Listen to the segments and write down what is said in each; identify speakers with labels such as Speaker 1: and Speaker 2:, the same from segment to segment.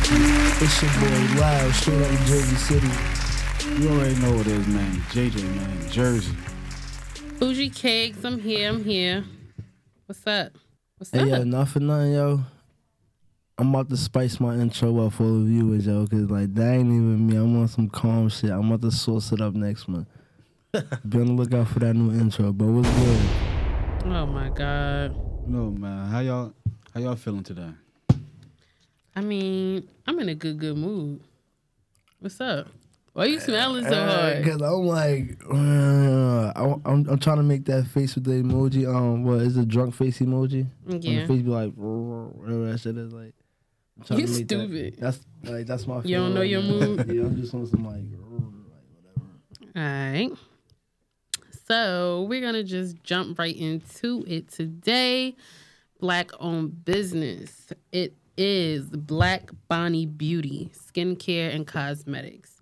Speaker 1: It's your boy Live, straight out of Jersey City.
Speaker 2: You already know what it is, man. JJ, man. Jersey.
Speaker 3: Bougie Cakes, I'm here, I'm here. What's up? What's
Speaker 1: Hey, yo,
Speaker 3: up?
Speaker 1: not for nothing, yo. I'm about to spice my intro up for the viewers, yo, because, like, that ain't even me. I'm on some calm shit. I'm about to source it up next month. Be on the lookout for that new intro, but what's good?
Speaker 3: Oh my god.
Speaker 2: No, man. How y'all how y'all feeling today?
Speaker 3: I mean, I'm in a good good mood. What's up? Why you smiling so
Speaker 1: Uh,
Speaker 3: hard?
Speaker 1: Because I'm like, uh, I, I'm, I'm trying to make that face with the emoji. Um, what is the drunk face emoji? When
Speaker 3: Yeah.
Speaker 1: the face be like, whatever that shit is like. I'm trying
Speaker 3: You
Speaker 1: to make that-
Speaker 3: stupid.
Speaker 1: That's like that's my.
Speaker 3: You
Speaker 1: feeling
Speaker 3: don't know
Speaker 1: right
Speaker 3: your
Speaker 1: now.
Speaker 3: mood?
Speaker 1: yeah, I'm just on some like.
Speaker 3: All right. So we're gonna just jump right into it today. Black owned business. It is Black Bonnie Beauty Skincare and Cosmetics.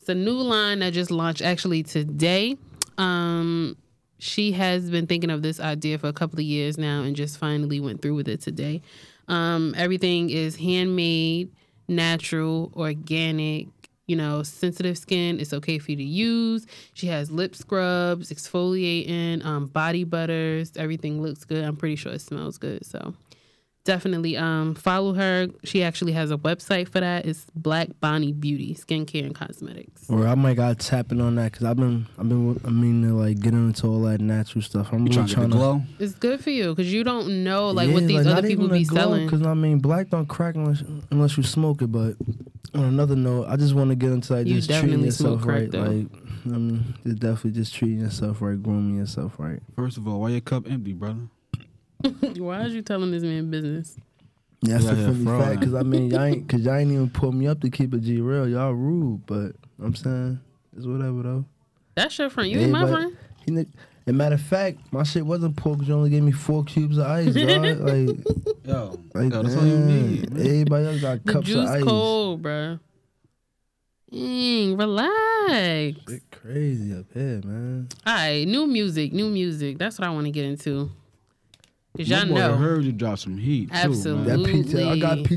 Speaker 3: It's a new line that just launched actually today. Um, she has been thinking of this idea for a couple of years now and just finally went through with it today. Um, everything is handmade, natural, organic, you know, sensitive skin. It's okay for you to use. She has lip scrubs, exfoliating, um, body butters. Everything looks good. I'm pretty sure it smells good. So definitely um, follow her. She actually has a website for that. It's Black Bonnie Beauty Skincare and Cosmetics.
Speaker 1: Or I might got tapping on that because I've been I've been I mean to like get into all that natural stuff. I'm
Speaker 2: You
Speaker 1: really
Speaker 2: trying to get the glow?
Speaker 3: It's good for you because you don't know like what these other people be selling.
Speaker 1: Because I mean, black don't crack unless, unless you smoke it. But on another note, I just want to get into like
Speaker 3: You
Speaker 1: just treating
Speaker 3: definitely
Speaker 1: yourself
Speaker 3: smoke crack,
Speaker 1: right.
Speaker 3: though.
Speaker 1: Like, I mean, it's definitely just treating yourself right, grooming yourself right.
Speaker 2: First of all, why your cup empty, brother?
Speaker 3: Why is you telling this man business?
Speaker 1: Yeah, That's
Speaker 2: Yeah,
Speaker 1: a
Speaker 2: yeah,
Speaker 1: funny
Speaker 2: fraud.
Speaker 1: fact because I mean, y'all ain't, cause y'all ain't even pull me up to keep it G real. Y'all rude, but I'm saying it's whatever though.
Speaker 3: That's your friend. You ain't my
Speaker 1: Everybody-
Speaker 3: friend.
Speaker 1: He ni- and matter of fact, my shit wasn't pulled because you only gave me four cubes of ice, dog. Like,
Speaker 2: Yo.
Speaker 1: like
Speaker 2: yo, that's all you
Speaker 1: damn,
Speaker 2: need. man.
Speaker 1: Everybody else got
Speaker 3: The
Speaker 1: cups of
Speaker 3: juice
Speaker 1: ice.
Speaker 3: cold, bruh. Mm, relax.
Speaker 1: Shit crazy up here, man.
Speaker 3: All right, new music, new music. That's what I want to get into. Cause
Speaker 2: My
Speaker 3: y'all
Speaker 2: boy
Speaker 3: know,
Speaker 2: heard you drop some heat. Too,
Speaker 1: That
Speaker 3: Absolutely.
Speaker 2: man.
Speaker 1: PT, I got
Speaker 3: Absolutely.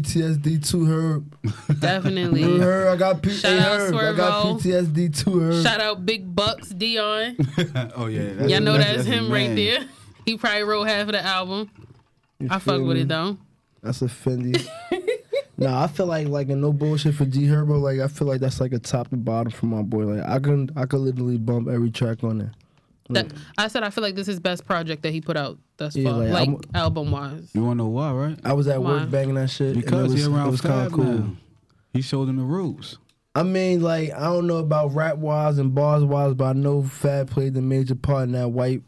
Speaker 1: PTSD too, Herb.
Speaker 3: definitely.
Speaker 1: Herb, I got P- hey,
Speaker 3: Shout out
Speaker 1: Herb. I got
Speaker 3: Swervo.
Speaker 1: PTSD too, Herb.
Speaker 3: Shout out Big Bucks Dion.
Speaker 2: oh yeah. That's,
Speaker 3: Y'all know that's,
Speaker 2: that's
Speaker 3: him
Speaker 2: his
Speaker 3: right
Speaker 2: man.
Speaker 3: there. He probably wrote half of the album.
Speaker 1: You
Speaker 3: I
Speaker 1: feel
Speaker 3: fuck with
Speaker 1: me?
Speaker 3: it though.
Speaker 1: That's a Fendi. nah, I feel like like a no bullshit for G Herbo. Like I feel like that's like a top to bottom for my boy. Like I can I could literally bump every track on there.
Speaker 3: That, I said I feel like this is his best project that he put out thus
Speaker 1: Yeah,
Speaker 3: far,
Speaker 1: like,
Speaker 3: like,
Speaker 1: I'm-
Speaker 3: album wise.
Speaker 2: You wanna know why, right?
Speaker 1: I was at
Speaker 3: Why?
Speaker 1: work banging that shit. and it
Speaker 2: Because
Speaker 1: was-
Speaker 2: he
Speaker 1: it
Speaker 2: around
Speaker 1: was kinda
Speaker 2: five now. He showed him the rules.
Speaker 1: I mean, like I don't know about rap wise and bars wise, but I know Fab played the major part in that white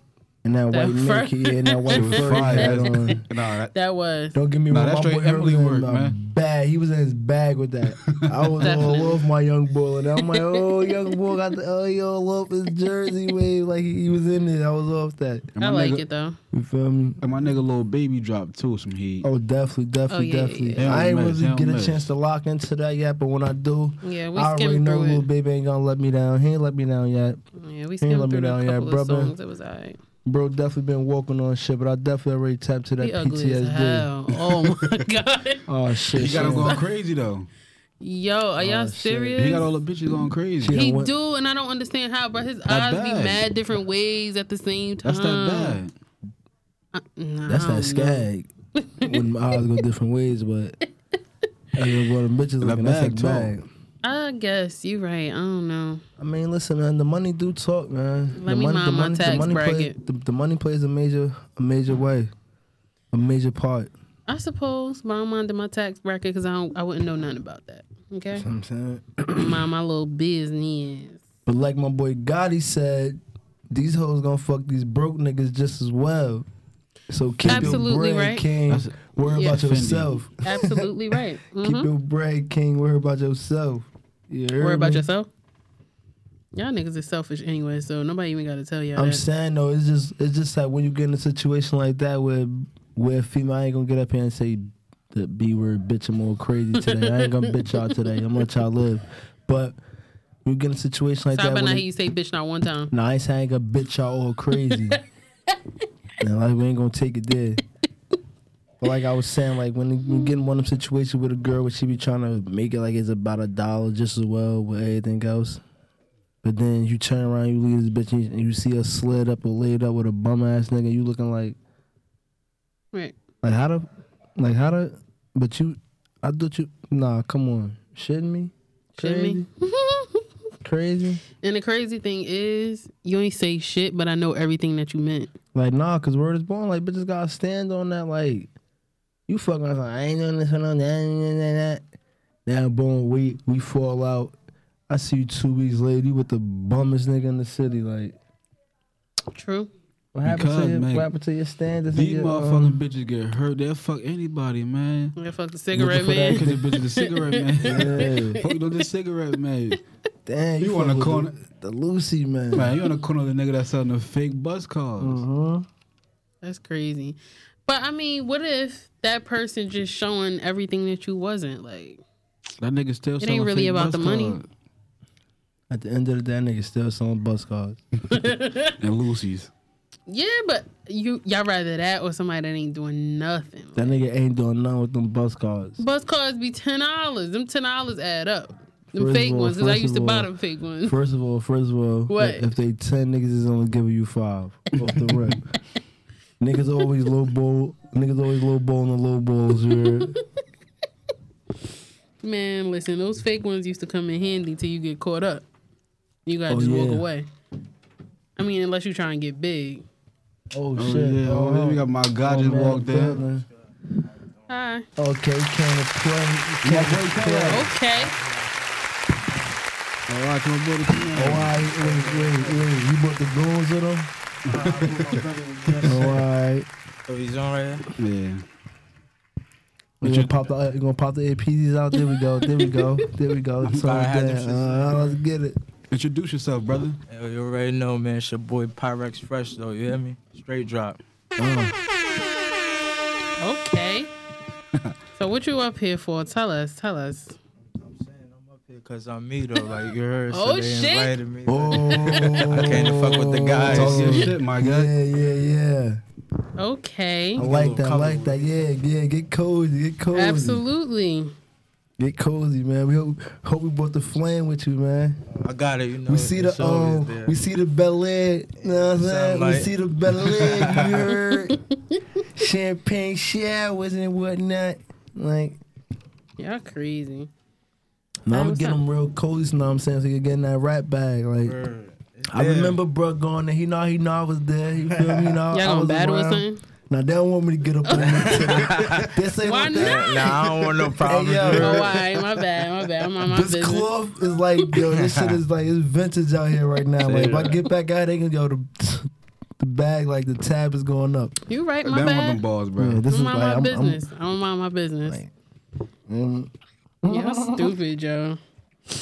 Speaker 1: in that,
Speaker 3: That
Speaker 1: white
Speaker 3: fur.
Speaker 1: Nike yeah, and that white
Speaker 2: was
Speaker 1: fur. he
Speaker 2: fire.
Speaker 1: had on.
Speaker 2: Nah, that,
Speaker 3: That was
Speaker 1: Don't get me
Speaker 2: Nah,
Speaker 1: wrong,
Speaker 2: that's
Speaker 1: my
Speaker 2: straight
Speaker 1: boy Herb was
Speaker 2: Emily
Speaker 1: in
Speaker 2: work,
Speaker 1: my
Speaker 2: man.
Speaker 1: bag. He was in his bag with that. I was
Speaker 3: Definitely.
Speaker 1: all off my young boy, and I'm like, oh, young boy got the oh, yo, all off his jersey wave. Like he was in it. I was off that.
Speaker 2: and my
Speaker 3: I like
Speaker 2: nigga,
Speaker 3: it though.
Speaker 1: You feel me?
Speaker 2: And my nigga little baby dropped too some heat.
Speaker 1: Oh, definitely, definitely,
Speaker 3: yeah, yeah,
Speaker 1: definitely.
Speaker 2: yeah.
Speaker 1: I ain't
Speaker 2: Hell
Speaker 1: really
Speaker 2: miss, hell
Speaker 1: get a
Speaker 2: miss.
Speaker 1: chance to lock into that yet, but when I do,
Speaker 3: Yeah, we
Speaker 1: I already
Speaker 3: skimmed
Speaker 1: know
Speaker 3: through
Speaker 1: little
Speaker 3: it.
Speaker 1: baby ain't gonna let me down. He ain't let me down yet.
Speaker 3: Yeah, we
Speaker 1: let me
Speaker 3: skimmed through the
Speaker 1: down,
Speaker 3: couple
Speaker 1: yeah,
Speaker 3: of
Speaker 1: brother.
Speaker 3: songs. It was alright.
Speaker 1: Bro, definitely been walking on shit, but I definitely already tapped to that
Speaker 3: He ugly as
Speaker 1: PTSD.
Speaker 3: hell. Oh my god.
Speaker 1: Oh shit!
Speaker 2: He got him
Speaker 1: shit.
Speaker 2: going crazy though.
Speaker 3: Yo, are y'all
Speaker 1: Oh, shit.
Speaker 3: serious?
Speaker 2: He got all the bitches going crazy.
Speaker 1: Yeah,
Speaker 3: He
Speaker 1: what-
Speaker 3: do, and I don't understand how, bro. His eyes be
Speaker 2: bad.
Speaker 3: mad different ways at the same time.
Speaker 2: That's that bad.
Speaker 3: I- nah,
Speaker 1: That's
Speaker 3: I don't
Speaker 1: that skag. when my eyes go different ways, but I mean, well, them bitches
Speaker 2: That
Speaker 1: looking, that's
Speaker 2: bag
Speaker 1: that
Speaker 2: talk.
Speaker 1: bag.
Speaker 3: know. I guess you right. I don't know.
Speaker 1: I mean, listen, man, the money do talk, man.
Speaker 3: Let
Speaker 1: the money,
Speaker 3: me
Speaker 1: the
Speaker 3: mind my
Speaker 1: money, the
Speaker 3: tax
Speaker 1: money play,
Speaker 3: bracket.
Speaker 1: the, the money plays a major, a major way, a major part.
Speaker 3: I suppose, but I'm under my tax bracket because I don't, I wouldn't know nothing about that. Okay,
Speaker 1: You know what I'm saying,
Speaker 3: mind my little business.
Speaker 1: but like my boy Gotti said, these hoes gonna fuck these broke niggas just as well. So keep your
Speaker 3: Absolutely
Speaker 1: bread,
Speaker 3: right.
Speaker 1: King.
Speaker 2: That's-
Speaker 1: Worry
Speaker 3: Yeah.
Speaker 1: about yourself.
Speaker 3: Absolutely right. Mhm.
Speaker 1: Keep your bread, King. Worry about yourself. You heard
Speaker 3: Worry about
Speaker 1: me?
Speaker 3: yourself. Y'all niggas is selfish anyway, so nobody even got to tell y'all.
Speaker 1: I'm
Speaker 3: that.
Speaker 1: saying though, it's just it's just like when you get in a situation like that where where a female I ain't gonna get up here and say the B word bitch I'm all crazy today. I ain't gonna bitch y'all today. I'm gonna let y'all live. But you get in a situation like
Speaker 3: so I
Speaker 1: that.
Speaker 3: better
Speaker 1: when
Speaker 3: not
Speaker 1: it-
Speaker 3: hear you say bitch not one time.
Speaker 1: Nah, I ain't saying I ain't gonna bitch y'all all crazy. Nah, like we ain't gonna take it there. But like I was saying, like when you get in one of them situations with a girl where she be trying to make it like it's about a dollar just as well with everything else. But then you turn around, you leave this bitch, and you, and you see her slid up or laid up with a bum ass nigga. You looking like,
Speaker 3: Right.
Speaker 1: like how to, like how to, but you, I thought you, nah, come on, shitting me,
Speaker 3: Shit me.
Speaker 1: crazy,
Speaker 3: and the crazy thing is, you ain't say shit, but I know everything that you meant.
Speaker 1: like nah, cause word is born. Like bitches gotta stand on that. Like you fucking, I, was like, I ain't doing this, I don't that, that, that, that. Now boom, we we fall out. I see you two weeks later, you with the bummest nigga in the city. Like
Speaker 3: True.
Speaker 1: what happened
Speaker 2: Because,
Speaker 1: to your,
Speaker 2: man,
Speaker 1: what happened to your standards? and
Speaker 2: These
Speaker 1: your,
Speaker 2: motherfucking
Speaker 1: um,
Speaker 2: bitches get hurt. They'll fuck anybody, man.
Speaker 3: Yeah, fuck the cigarette
Speaker 1: for that
Speaker 3: man.
Speaker 2: Because the bitch is a cigarette man.
Speaker 1: Yeah.
Speaker 2: fuck those just cigarette man.
Speaker 1: Damn,
Speaker 2: You on the
Speaker 1: fuck with
Speaker 2: corner.
Speaker 1: the Lucy man.
Speaker 2: Man, you on the corner of the nigga that's selling the fake bus cars.
Speaker 1: Uh-huh.
Speaker 3: That's crazy. But I mean, what if that person just showing everything that you wasn't like?
Speaker 2: That nigga still
Speaker 3: It ain't
Speaker 2: selling
Speaker 3: really
Speaker 2: fake
Speaker 3: about
Speaker 2: bus
Speaker 3: the money.
Speaker 2: cars.
Speaker 1: At the end of the day, that nigga still selling bus cards.
Speaker 2: And Lucy's.
Speaker 3: Yeah, but you y'all rather that or somebody that ain't doing nothing.
Speaker 1: That nigga ain't doing nothing with them bus cards.
Speaker 3: Bus cards be ten dollars. Them ten dollars add up. Them
Speaker 1: First of
Speaker 3: fake
Speaker 1: all-
Speaker 3: ones, cause I
Speaker 1: first
Speaker 3: used to
Speaker 1: of
Speaker 3: buy
Speaker 1: all-
Speaker 3: them fake ones.
Speaker 1: First of all, first of all,
Speaker 3: What?
Speaker 1: if they ten niggas is only giving you five off the rip. niggas always low ball. Niggas always low ball in the low balls. you heard?
Speaker 3: Man, listen, those fake ones used to come in handy till you get caught up. You gotta
Speaker 1: Oh,
Speaker 3: just
Speaker 1: yeah.
Speaker 3: walk away. I mean, unless you try and get big.
Speaker 1: Oh
Speaker 2: Oh,
Speaker 1: shit!
Speaker 2: yeah. Oh,
Speaker 1: Uh-huh.
Speaker 2: we got my guy
Speaker 1: Oh,
Speaker 2: just
Speaker 1: man,
Speaker 2: walked in.
Speaker 1: Portland.
Speaker 3: Hi.
Speaker 1: Okay, came to play.
Speaker 2: My
Speaker 1: Came
Speaker 2: boy
Speaker 1: to
Speaker 2: Taylor.
Speaker 1: play.
Speaker 3: Okay.
Speaker 2: All right, come on, brother. Come
Speaker 1: Oh, all
Speaker 2: on.
Speaker 1: right, wait, wait, wait. You bought the goons with them? All right.
Speaker 4: Oh, he's on right here.
Speaker 2: Yeah.
Speaker 1: We gonna pop the we gonna pop the APDs out. There we go. There we go. There we go. So
Speaker 4: sorry, I had
Speaker 1: there.
Speaker 4: to-
Speaker 1: Uh, let's get it.
Speaker 2: Introduce yourself, brother.
Speaker 4: Yo, you already know, man. It's your boy Pyrex Fresh, though. You hear me? Straight drop.
Speaker 3: Okay. so what you up here for? Tell us. Tell us.
Speaker 4: I'm saying I'm up here because I'm me, though. Like, you heard? So
Speaker 3: Oh,
Speaker 4: they
Speaker 3: shit.
Speaker 4: invited me.
Speaker 1: Oh,
Speaker 4: I came to fuck with the guys.
Speaker 2: Talk your
Speaker 4: yeah.
Speaker 2: shit, my
Speaker 1: Yeah,
Speaker 2: guy.
Speaker 1: yeah, yeah.
Speaker 3: Okay.
Speaker 1: I like that. I
Speaker 4: comfortable.
Speaker 1: like that. Yeah, yeah. Get cozy. Get cozy.
Speaker 3: Absolutely.
Speaker 1: Get cozy, man. We hope, hope we brought the flame with you, man.
Speaker 4: I got it, you know.
Speaker 1: We see the
Speaker 4: it's always
Speaker 1: um,
Speaker 4: there.
Speaker 1: we see the Bel Air. You know what I'm saying? We
Speaker 4: Sunlight.
Speaker 1: see the Bel Air. You heard? Champagne showers and whatnot. Like,
Speaker 3: Y'all crazy.
Speaker 1: now
Speaker 3: Hey,
Speaker 1: I'm gonna
Speaker 3: what's
Speaker 1: get
Speaker 3: up?
Speaker 1: them real cozy. You know what I'm saying? So you can get in that rat bag. Like,
Speaker 4: Word. It's
Speaker 1: I
Speaker 4: there.
Speaker 1: remember Bruck going there. He know he know I was there. You feel me? You know,
Speaker 3: Y'all
Speaker 1: I
Speaker 3: gonna
Speaker 1: was
Speaker 3: battle
Speaker 1: around.
Speaker 3: or something?
Speaker 1: Now they don't want me to get up on that. this ain't
Speaker 3: Why
Speaker 1: what
Speaker 3: not?
Speaker 1: that.
Speaker 4: Nah, I don't want no problems.
Speaker 1: Hey, yo.
Speaker 4: you
Speaker 3: Oh,
Speaker 4: heard?
Speaker 3: all right. My bad. My bad. I'm on my
Speaker 1: This
Speaker 3: business.
Speaker 1: cloth is like yo, this shit is like it's vintage out here right now. Like if I get back out, they can yo the, the bag like the tab is going up.
Speaker 3: You right.
Speaker 2: They
Speaker 3: My
Speaker 2: want them
Speaker 3: bad.
Speaker 2: balls, bro.
Speaker 1: Yeah, this is
Speaker 3: I don't
Speaker 1: like
Speaker 3: mind my
Speaker 1: I'm, I'm,
Speaker 3: business. I don't mind my business.
Speaker 1: Right. mm.
Speaker 3: Y'all stupid, yo.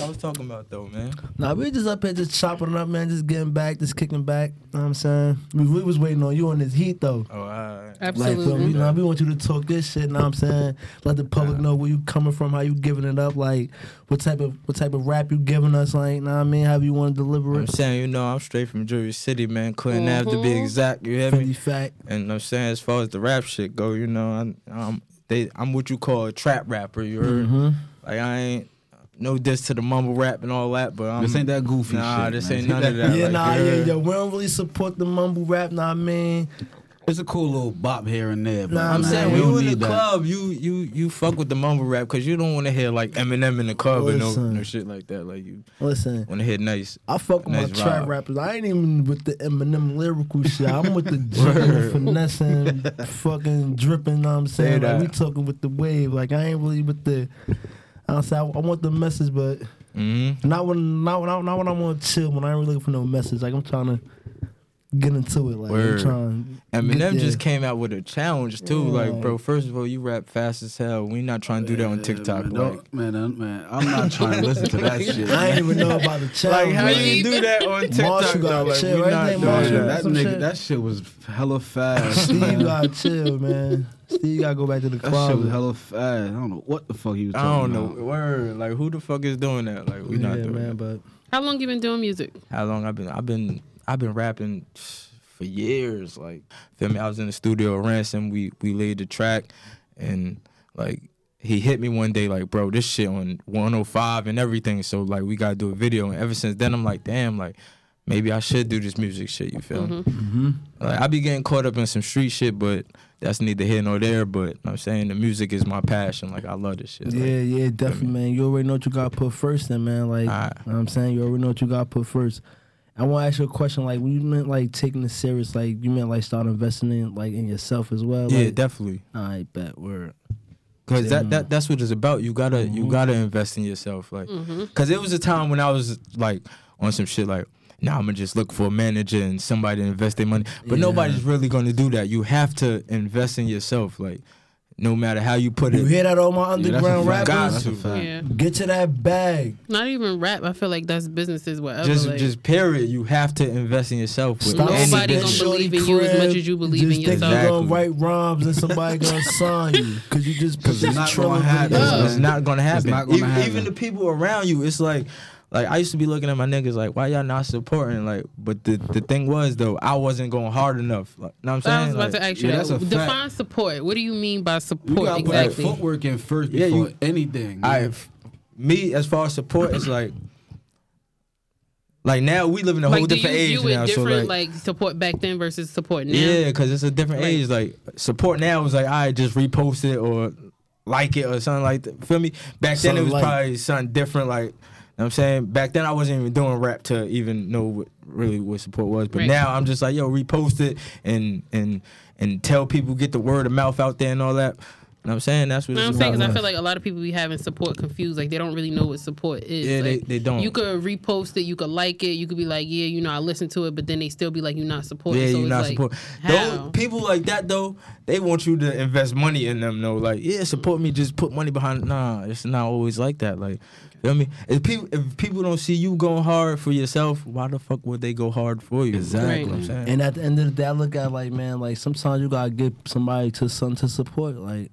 Speaker 4: I was talking about, though, man.
Speaker 1: Nah, we just up here just chopping it up, man. Just getting back, just kicking back. You know what I'm saying? We, we was waiting on you on this heat though.
Speaker 4: Oh, all right.
Speaker 1: Like, feel me?
Speaker 3: Absolutely.
Speaker 1: Nah, we want you to talk this shit. Know what I'm saying? Let the public know where you coming from, how you giving it up, like what type of what type of rap you giving us, like. Know what I mean? How you want to deliver
Speaker 4: I'm
Speaker 1: it?
Speaker 4: saying, you know, I'm straight from Jersey City, man. Clinton Ave to be
Speaker 3: Mhm.
Speaker 4: exact. You hear me?
Speaker 1: Fendi fact.
Speaker 4: And I'm saying, as far as the rap shit go, you know, I'm, I'm they, I'm what you call a trap rapper. You heard?
Speaker 1: Mhm.
Speaker 4: Like I ain't no diss to the mumble rap and all that, but I'm,
Speaker 2: This ain't that goofy
Speaker 4: Nah,
Speaker 2: shit.
Speaker 4: this
Speaker 2: man.
Speaker 4: ain't none of that.
Speaker 1: Yeah,
Speaker 4: like,
Speaker 1: nah,
Speaker 4: you
Speaker 1: yeah,
Speaker 4: heard?
Speaker 1: yeah. We don't really support the mumble rap, nah, man.
Speaker 2: It's a cool little bop here and there. But
Speaker 1: Nah,
Speaker 4: I'm
Speaker 1: Nah,
Speaker 4: saying
Speaker 1: we
Speaker 2: don't
Speaker 4: when you in the
Speaker 2: need that.
Speaker 4: club, you you you fuck with the mumble rap because you don't want to hear like Eminem in the club or no,
Speaker 1: Listen.
Speaker 4: no shit like that. Like you
Speaker 1: Listen,
Speaker 4: want to hear nice.
Speaker 1: I fuck with
Speaker 4: Nice
Speaker 1: my trap
Speaker 4: vibe.
Speaker 1: rappers. I ain't even with the Eminem lyrical shit. I'm with the dripping, finessing, fucking dripping. Know what I'm saying
Speaker 4: Say
Speaker 1: like we
Speaker 4: that.
Speaker 1: talking with the wave. Like I ain't really with the. I don't say I, I want the message, but
Speaker 4: hmm
Speaker 2: Mm-hmm.
Speaker 1: not when not when I, not when I want to chill. When I ain't really looking for no message. Like I'm trying to get into it. Like
Speaker 4: Word.
Speaker 1: I'm trying.
Speaker 4: Eminem
Speaker 1: Good
Speaker 4: just
Speaker 1: day.
Speaker 4: came out with a challenge too. Like, bro, first of all, you rap fast as hell. We not trying to do that on
Speaker 2: Yeah,
Speaker 4: TikTok.
Speaker 2: Man,
Speaker 4: Like,
Speaker 2: don't- man, uh, man, I'm not trying to listen to that shit.
Speaker 1: I
Speaker 2: man.
Speaker 1: ain't even know about the
Speaker 4: like
Speaker 1: challenge.
Speaker 4: how
Speaker 1: like,
Speaker 4: you do that on TikTok?
Speaker 1: Marshall gotta
Speaker 4: though? Like,
Speaker 1: chill.
Speaker 4: we
Speaker 1: Right
Speaker 4: not
Speaker 1: there,
Speaker 4: doing
Speaker 2: Nah,
Speaker 1: Marshall
Speaker 4: that.
Speaker 1: got
Speaker 2: that
Speaker 1: some
Speaker 2: nigga,
Speaker 1: shit.
Speaker 2: that shit was hella fast.
Speaker 1: Steve,
Speaker 2: man.
Speaker 1: you gotta chill, man. Steve, you gotta go back to the
Speaker 2: That shit was
Speaker 1: closet.
Speaker 2: hella fast. I don't know what the fuck he was
Speaker 4: I
Speaker 2: talking
Speaker 4: don't
Speaker 2: about.
Speaker 4: know. Word. Like, who the fuck is doing that? Like, we
Speaker 1: yeah,
Speaker 4: not doing
Speaker 1: man, but
Speaker 4: that.
Speaker 3: How long you been doing music?
Speaker 4: How long I've been? I've been. I've been rapping for years. Like, feel me? I was in the studio with Ransom. We we laid the track, and like he hit me one day like, bro, this shit on 105 and everything. So like we gotta do a video. And ever since then, I'm like, damn, like maybe I should do this music shit. You feel me? Like I be getting caught up in some street shit, but that's neither here nor there. But I'm saying the music is my passion. Like I love this shit.
Speaker 1: Yeah, yeah, definitely, man. You already know what you got to put first, then, man. Like,
Speaker 4: Alright.
Speaker 1: you know what I'm saying you already know what you got to put first. I want to ask you a question. Like, when you meant like taking this serious, like you meant like start investing in like in yourself as well.
Speaker 4: Like, yeah,
Speaker 1: like,
Speaker 4: definitely.
Speaker 1: I bet word.
Speaker 4: Cause that,
Speaker 1: Yeah.
Speaker 4: that that's what it's about. You gotta
Speaker 1: Mm-hmm.
Speaker 4: you gotta invest in yourself. Like, cause it was a time when I was like on some shit like, now nah, I'm gonna just look for a manager and somebody to invest their money. But
Speaker 1: Yeah.
Speaker 4: nobody's really gonna do that. You have to invest in yourself. Like, no matter how you put it,
Speaker 1: You hear that, all my
Speaker 2: Yeah, that's a
Speaker 1: underground
Speaker 2: fact.
Speaker 4: Got
Speaker 1: rappers?
Speaker 2: That's a
Speaker 4: to.
Speaker 2: fact.
Speaker 3: Yeah.
Speaker 1: Get to that bag.
Speaker 3: Not even rap. I feel like that's businesses whatever.
Speaker 4: just
Speaker 3: like,
Speaker 4: just period. You have to invest in yourself. With
Speaker 1: Stop
Speaker 3: Nobody
Speaker 1: sitting
Speaker 3: gonna
Speaker 1: in
Speaker 4: anything.
Speaker 3: believe
Speaker 1: shorty
Speaker 3: in you as
Speaker 1: crib,
Speaker 3: much as you believe
Speaker 1: just
Speaker 3: in
Speaker 1: Think
Speaker 4: yourself.
Speaker 1: you gonna
Speaker 4: Exactly.
Speaker 1: write rhymes and somebody gonna sign you because you just
Speaker 2: Because it's
Speaker 1: possess
Speaker 2: not
Speaker 1: trillions
Speaker 2: gonna
Speaker 1: of
Speaker 2: happen.
Speaker 1: dollars.
Speaker 4: It's
Speaker 2: man.
Speaker 4: not gonna happen.
Speaker 2: It's not gonna
Speaker 4: even,
Speaker 2: happen.
Speaker 4: even the people around you, it's like, like I used to be looking at my niggas like, why y'all not supporting? Like, but the, the thing was though, I wasn't going hard enough. Like, know what I'm saying?
Speaker 3: I was about
Speaker 4: Like,
Speaker 3: to ask
Speaker 2: yeah,
Speaker 3: you
Speaker 2: that's a
Speaker 3: that.
Speaker 2: fact.
Speaker 3: Define support. What do you mean by
Speaker 2: You
Speaker 3: support
Speaker 2: gotta put
Speaker 3: exactly?
Speaker 2: that footwork in first
Speaker 4: Yeah,
Speaker 2: before
Speaker 4: you-
Speaker 2: anything.
Speaker 4: I,
Speaker 2: man.
Speaker 4: f- me as far as support, it's like, like now we live in a whole
Speaker 3: like, do you
Speaker 4: different age
Speaker 3: view
Speaker 4: now.
Speaker 3: it
Speaker 4: So
Speaker 3: different,
Speaker 4: like,
Speaker 3: like, support back then versus support now?
Speaker 4: yeah, because it's a different
Speaker 3: Right.
Speaker 4: age. Like support now is like, I just repost it or like it or something like that. Feel me? Back then it
Speaker 1: Something
Speaker 4: was
Speaker 1: like-
Speaker 4: probably something different. Like, know what I'm saying back then I wasn't even doing rap to even know what really what support was. But
Speaker 3: Right.
Speaker 4: now I'm just like, yo, repost it and and and tell people get the word of mouth out there and all that. Know what I'm saying that's what
Speaker 3: You know
Speaker 4: it's
Speaker 3: what I'm saying?
Speaker 4: about.
Speaker 3: Because I feel like a lot of people be having support confused. Like, they don't really know what support is.
Speaker 4: Yeah, they-
Speaker 3: Like,
Speaker 4: they don't.
Speaker 3: You could repost it. You could like it. You could be like, yeah, you know, I listened to it. But then they still be like, you're not supporting.
Speaker 4: Yeah,
Speaker 3: so
Speaker 4: you're
Speaker 3: it's
Speaker 4: not
Speaker 3: like,
Speaker 4: supporting.
Speaker 3: How?
Speaker 4: Those people like that though, they want you to invest money in them. though. like, yeah, support me. Just put money behind. Nah, it's not always like that. Like, you know what I mean, if people if people don't see you going hard for yourself, why the fuck would they go hard for you?
Speaker 2: Exactly.
Speaker 4: You know what I'm saying?
Speaker 1: And at the end of the day, I look at it like, man, like sometimes you gotta get somebody to something to support. Like,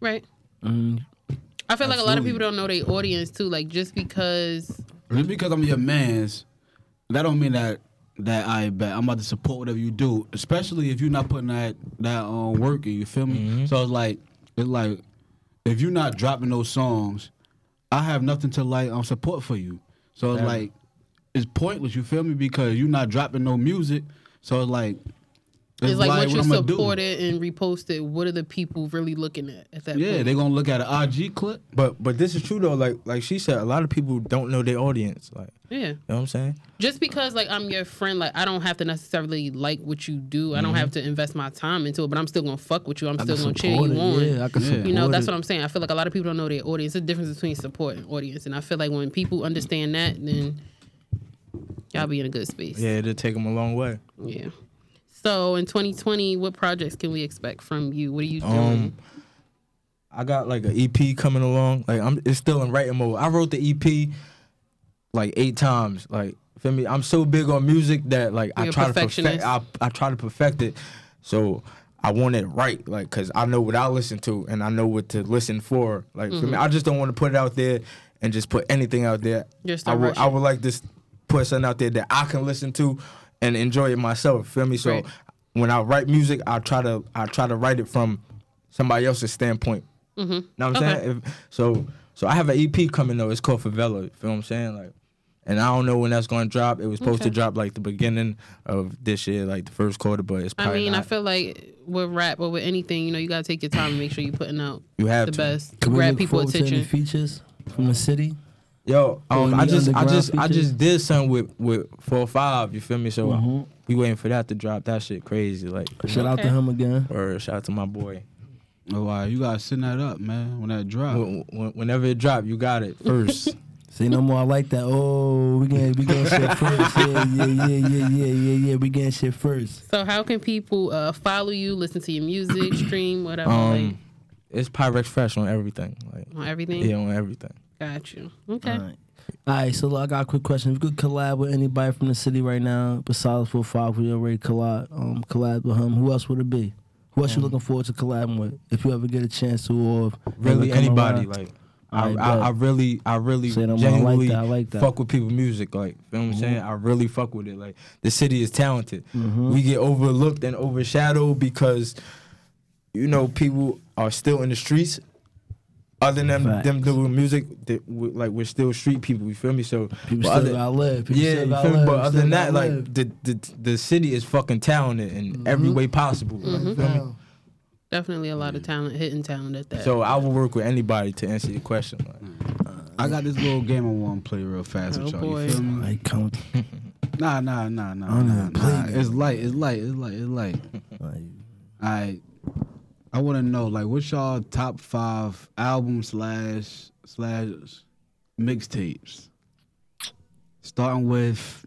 Speaker 3: Right. I feel like a lot of
Speaker 2: Absolutely.
Speaker 3: people don't know their audience, too. Like, just because.
Speaker 2: Just because I'm your man's, that don't mean that that I bet I'm about to support whatever you do, especially if you're not putting that that um, work in. You feel me? So it's like it's like if you're not dropping those songs, I have nothing to like um, support for you. So it's
Speaker 4: Yeah.
Speaker 2: like it's pointless. You feel me? Because you're not dropping no music. So it's like
Speaker 3: It's, like,
Speaker 2: what
Speaker 3: once you
Speaker 2: I'ma do.
Speaker 3: support it and repost it, what are the people really looking at at that
Speaker 2: Yeah,
Speaker 3: point?
Speaker 2: they're gonna look at an IG clip.
Speaker 4: But but this is true though. Like like she said, a lot of people don't know their audience. Like,
Speaker 3: yeah.
Speaker 4: you know what I'm saying?
Speaker 3: just because like I'm your friend, like I don't have to necessarily like what you do. I don't have to invest my time into it, but I'm still gonna fuck with you. I'm
Speaker 1: I
Speaker 3: still
Speaker 1: can
Speaker 3: gonna cheer
Speaker 1: support
Speaker 3: you
Speaker 1: it.
Speaker 3: on.
Speaker 1: Yeah, I can
Speaker 2: You
Speaker 1: support
Speaker 3: you know, that's
Speaker 1: it.
Speaker 3: what I'm saying. I feel like a lot of people don't know their audience. There's a difference between support and audience, and I feel like when people understand that, then y'all be in a good space.
Speaker 4: Yeah, it'll take them a long way.
Speaker 3: Yeah. So in 2020, what projects can we expect from you? What are you doing?
Speaker 4: Um, I got like an EP coming along. Like I'm, it's still in writing mode. I wrote the EP like eight times. Like feel me? I'm so big on music that like I
Speaker 3: You're a
Speaker 4: try to perfect.
Speaker 3: perfectionist.
Speaker 4: I, I try to perfect it. So I want it right. Like cause I know what I listen to and I know what to listen for. Like feel
Speaker 3: Mm-hmm.
Speaker 4: me? I just don't want to put it out there and just put anything out there.
Speaker 3: Just
Speaker 4: I
Speaker 3: a
Speaker 4: would,
Speaker 3: rush
Speaker 4: I
Speaker 3: it.
Speaker 4: would like this put something out there that I can listen to and enjoy it myself. Feel me? So
Speaker 3: Right.
Speaker 4: when I write music, I try to I try to write it from somebody else's standpoint. Mm-hmm. Know what I'm
Speaker 3: Okay.
Speaker 4: saying? If, so so I have an EP coming though. It's called Favela. You feel what I'm saying? Like, and I don't know when that's going to drop. It was supposed to
Speaker 3: Okay.
Speaker 4: drop like the beginning of this year, like the first quarter, but it's
Speaker 3: I
Speaker 4: probably
Speaker 3: mean, I
Speaker 4: not.
Speaker 3: feel like with rap or with anything, you know, you gotta take your time and make sure you're putting out
Speaker 4: you have
Speaker 3: the
Speaker 4: to.
Speaker 3: best,
Speaker 1: Can we
Speaker 3: grab
Speaker 1: look forward
Speaker 3: people's
Speaker 1: to
Speaker 3: attention.
Speaker 1: Any features from the city.
Speaker 4: Yo, um,
Speaker 1: Doing
Speaker 4: I
Speaker 1: the
Speaker 4: just, I
Speaker 1: underground
Speaker 4: just, I
Speaker 1: features?
Speaker 4: just did something with with four or five. You feel me? So we waiting for that to drop. That shit crazy. Like,
Speaker 1: Mm-hmm. Shout out
Speaker 3: Okay.
Speaker 1: to him again.
Speaker 4: or shout out to my boy.
Speaker 2: Oh, wow, you gotta send that up, man. When that
Speaker 1: Uh.
Speaker 2: drop,
Speaker 4: Wh- wh- Whenever it drop, you got it first.
Speaker 1: Say no more. I like that. Oh, we getting we getting shit first. Yeah, yeah, yeah, yeah, yeah, yeah, yeah. We getting shit first.
Speaker 3: So how can people uh, follow you, listen to your music, stream, whatever, like
Speaker 4: um, it's Pyrex Fresh on everything. Like,
Speaker 3: on everything?
Speaker 4: yeah, on everything.
Speaker 3: Got you. Okay.
Speaker 1: All right. All right, so look, I got a quick question. If you could collab with anybody from the city right now, besides Full Five, we already collab, um, collab with him. Who else would it be? Mm. Who else you looking forward to collabing with? If you ever get a chance to, or if you ever
Speaker 4: Really,
Speaker 1: come
Speaker 4: anybody.
Speaker 1: around?
Speaker 4: Like,
Speaker 1: I
Speaker 4: I, I,
Speaker 1: bet.
Speaker 4: I really, I really
Speaker 1: Say no more. I like
Speaker 4: genuinely
Speaker 1: that, I like that. Mm-hmm.
Speaker 4: fuck with people music. Like, you know what I'm saying? I really fuck with it. Like, the city is talented.
Speaker 1: Mm-hmm.
Speaker 4: We get overlooked and overshadowed because, you know, people are still in the streets. Other than them,
Speaker 1: Facts.
Speaker 4: them doing music, that we, like we're still street people. You feel me? So
Speaker 1: People
Speaker 4: but
Speaker 1: still gotta live. People
Speaker 4: yeah,
Speaker 1: still
Speaker 4: you
Speaker 1: gotta
Speaker 4: feel me?
Speaker 1: live.
Speaker 4: But other
Speaker 1: Still
Speaker 4: than
Speaker 1: gotta
Speaker 4: that,
Speaker 1: live.
Speaker 4: like the, the the city is fucking talented in every way possible. like, you feel me?
Speaker 1: Wow.
Speaker 3: Definitely a lot of talent, hidden talent at that.
Speaker 4: So I will work with anybody to answer your question. like.
Speaker 2: I got this little game I want to play real fast
Speaker 3: Oh,
Speaker 2: with y'all.
Speaker 3: boy.
Speaker 2: You feel me?
Speaker 1: Like, come,
Speaker 2: Nah, nah, nah, nah,
Speaker 1: don't
Speaker 2: nah,
Speaker 1: even play
Speaker 2: nah.
Speaker 1: games.
Speaker 2: It's light, it's light, it's light, it's light.
Speaker 1: like,
Speaker 2: I, I want to know like what's y'all top five album slash slash mixtapes, starting with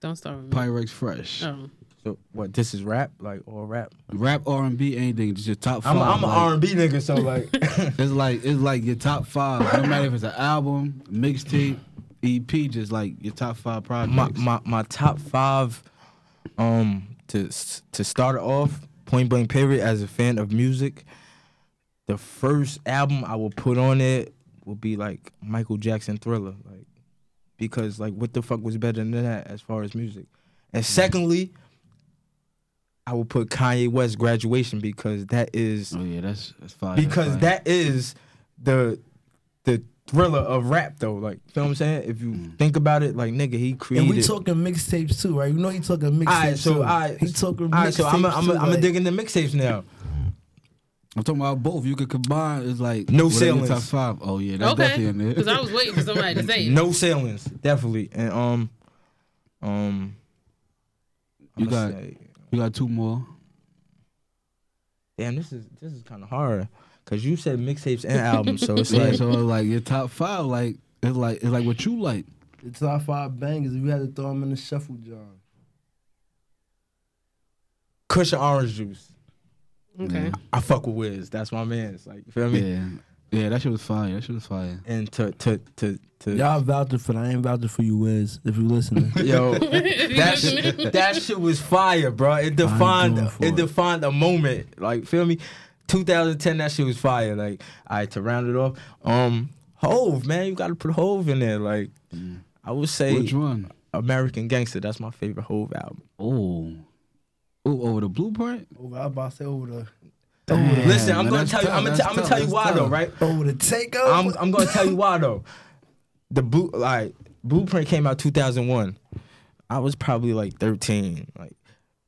Speaker 3: Don't start with me.
Speaker 2: Pyrex Fresh,
Speaker 3: Oh,
Speaker 4: So what? This is rap, like all rap.
Speaker 2: rap R and B, anything. Just your top 5
Speaker 4: I'm, I'm an
Speaker 2: like,
Speaker 4: R and B nigga, so like,
Speaker 2: It's like it's like your top five. No matter if it's an album, mixtape, EP, just like your top five projects.
Speaker 4: my, my my top five, um, to s- to start it off, point blank period. As a fan of music, the first album I will put on it will be like Michael Jackson Thriller, like because like what the fuck was better than that as far as music.
Speaker 2: Mm.
Speaker 4: And secondly, I will put Kanye West Graduation because that is
Speaker 2: oh yeah, that's that's fine.
Speaker 4: because that is the the thriller of rap though. Like, you know what I'm saying? If you
Speaker 2: Mm.
Speaker 4: think about it, like nigga, he created.
Speaker 1: and we talking mixtapes too, right? You know he talking mixtapes
Speaker 4: Alright, so
Speaker 1: too.
Speaker 4: I
Speaker 1: he talking
Speaker 4: Alright,
Speaker 1: mixtapes
Speaker 4: so I'm a, I'm
Speaker 1: too.
Speaker 4: a, I'm a
Speaker 1: like,
Speaker 4: dig into mixtapes now.
Speaker 2: I'm talking about both. You could combine. It's like
Speaker 4: No
Speaker 2: whatever your
Speaker 4: ceilings.
Speaker 2: Top five. Oh yeah, that's
Speaker 3: okay.
Speaker 2: definitely in
Speaker 3: Because
Speaker 2: there.
Speaker 3: I was waiting for somebody to say it.
Speaker 4: No sailings, definitely. And um, um,
Speaker 2: You
Speaker 4: I'ma
Speaker 2: got-
Speaker 4: say-
Speaker 2: you got two more.
Speaker 4: damn. This is this is kind of hard because you said mixtapes and albums, so it's
Speaker 2: Yeah,
Speaker 4: like
Speaker 2: so like your top five, like it's like it's like what you like.
Speaker 1: The top five bangers. If you had to throw them in the shuffle, John.
Speaker 4: cushion orange juice.
Speaker 3: Okay.
Speaker 4: I fuck with Wiz. That's my man's. Like, you feel me?
Speaker 2: Yeah, yeah, that shit was fire. That shit was fire.
Speaker 4: And to to to to
Speaker 1: Y'all vouching for. I ain't vouching for you, Wiz. If you listening,
Speaker 4: Yo, that shit, that shit was fire, bro. It defined
Speaker 1: going
Speaker 4: it,
Speaker 1: for it.
Speaker 4: defined a moment. Like, feel me? 2010, that shit was fire. Like, all right, to round it off, um, Hove, man, you gotta put Hove in there. Like, I would say
Speaker 2: Which one?
Speaker 4: American Gangster. That's my favorite Hove album.
Speaker 2: Oh, oh, over the blueprint.
Speaker 1: over, I'm about to say over the
Speaker 4: Listen, I'm
Speaker 2: man,
Speaker 4: gonna
Speaker 2: that's
Speaker 4: tell you,
Speaker 2: tough,
Speaker 4: I'm gonna,
Speaker 2: that's
Speaker 4: t- I'm gonna
Speaker 2: tough,
Speaker 4: tell you
Speaker 2: that's
Speaker 4: why though,
Speaker 2: tough.
Speaker 4: right?
Speaker 1: over the takeover.
Speaker 4: I'm I'm gonna tell you why though. The blue like Blueprint came out 2001. I was probably like 13. Like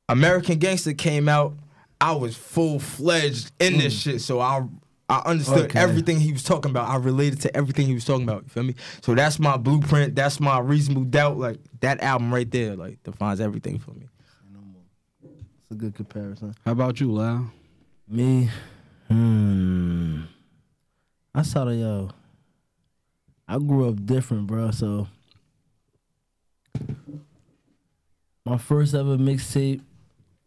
Speaker 4: American Gangster came out. I was full fledged in this shit, so I I understood
Speaker 1: Mm. Okay.
Speaker 4: everything he was talking about. I related to everything he was talking about. You feel me? So that's my blueprint. That's my reasonable doubt. Like that album right there, like defines everything for me.
Speaker 1: It's a good comparison.
Speaker 2: How about you, Lyle?
Speaker 1: Me, hmm. I saw the yo. I grew up different, bro. So my first ever mixtape,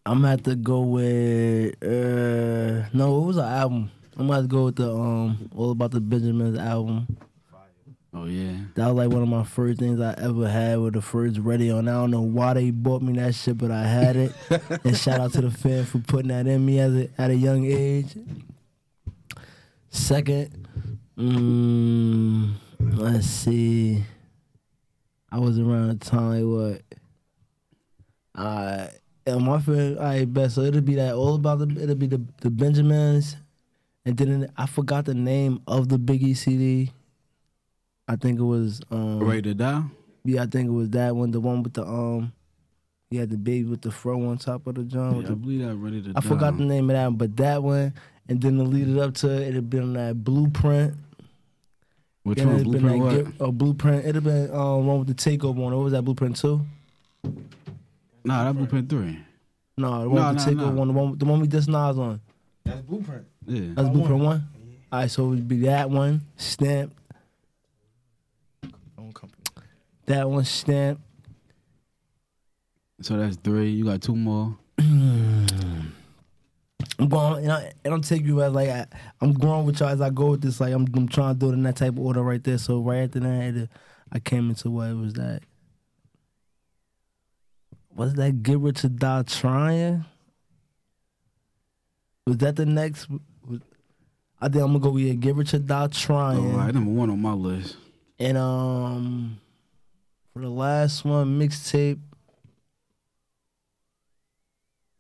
Speaker 1: I'm gonna have to go with. Uh, no, it was an album. I'm gonna have to go with the um, all about the Benjamins album.
Speaker 2: Oh yeah,
Speaker 1: That was like one of my first things I ever had with the first radio, and I don't know why they bought me that shit, but I had it. and shout out to the fan for putting that in me as a, at a young age. Second, mm, let's see. I was around the time what uh and my favorite all right best so it'll be that all about the it'll be the, the Benjamins and then I forgot the name of the Biggie CD. I think it was um
Speaker 2: ready to die.
Speaker 1: yeah I think it was that one the one with the um he had the baby with the fro on top of the drum with
Speaker 2: I
Speaker 1: the
Speaker 2: believe that ready to die.
Speaker 1: I forgot the name of that one, but that one, and then to lead it up to it, it'd been on that blueprint.
Speaker 2: Which
Speaker 1: then
Speaker 2: one?
Speaker 1: it'd been
Speaker 2: Blueprint
Speaker 1: like
Speaker 2: what?
Speaker 1: get- a blueprint. It'd been um, one with the takeover on. it. What was that blueprint two?
Speaker 2: Nah, that blueprint three.
Speaker 1: No, the one
Speaker 2: No,
Speaker 1: with the takeover
Speaker 2: no, no.
Speaker 1: one, the one, the one we just Nas on.
Speaker 4: That's blueprint.
Speaker 2: Yeah.
Speaker 1: That's blueprint one. All right, so it would be that one stamp,
Speaker 4: Own company.
Speaker 1: that one stamp.
Speaker 2: So that's three. You got two more.
Speaker 1: I'm going, and, I, and I'm taking you as like I, I'm growing with y'all as I go with this. Like I'm, I'm trying to do it in that type of order right there. So right after that, it, I came into what it was that. Was that Get Rich or Die Trying? Was that the next? Was, I think I'm gonna go with Get Rich or Die Trying.
Speaker 2: All right, number one on my list.
Speaker 1: And um, for the last one, mixtape,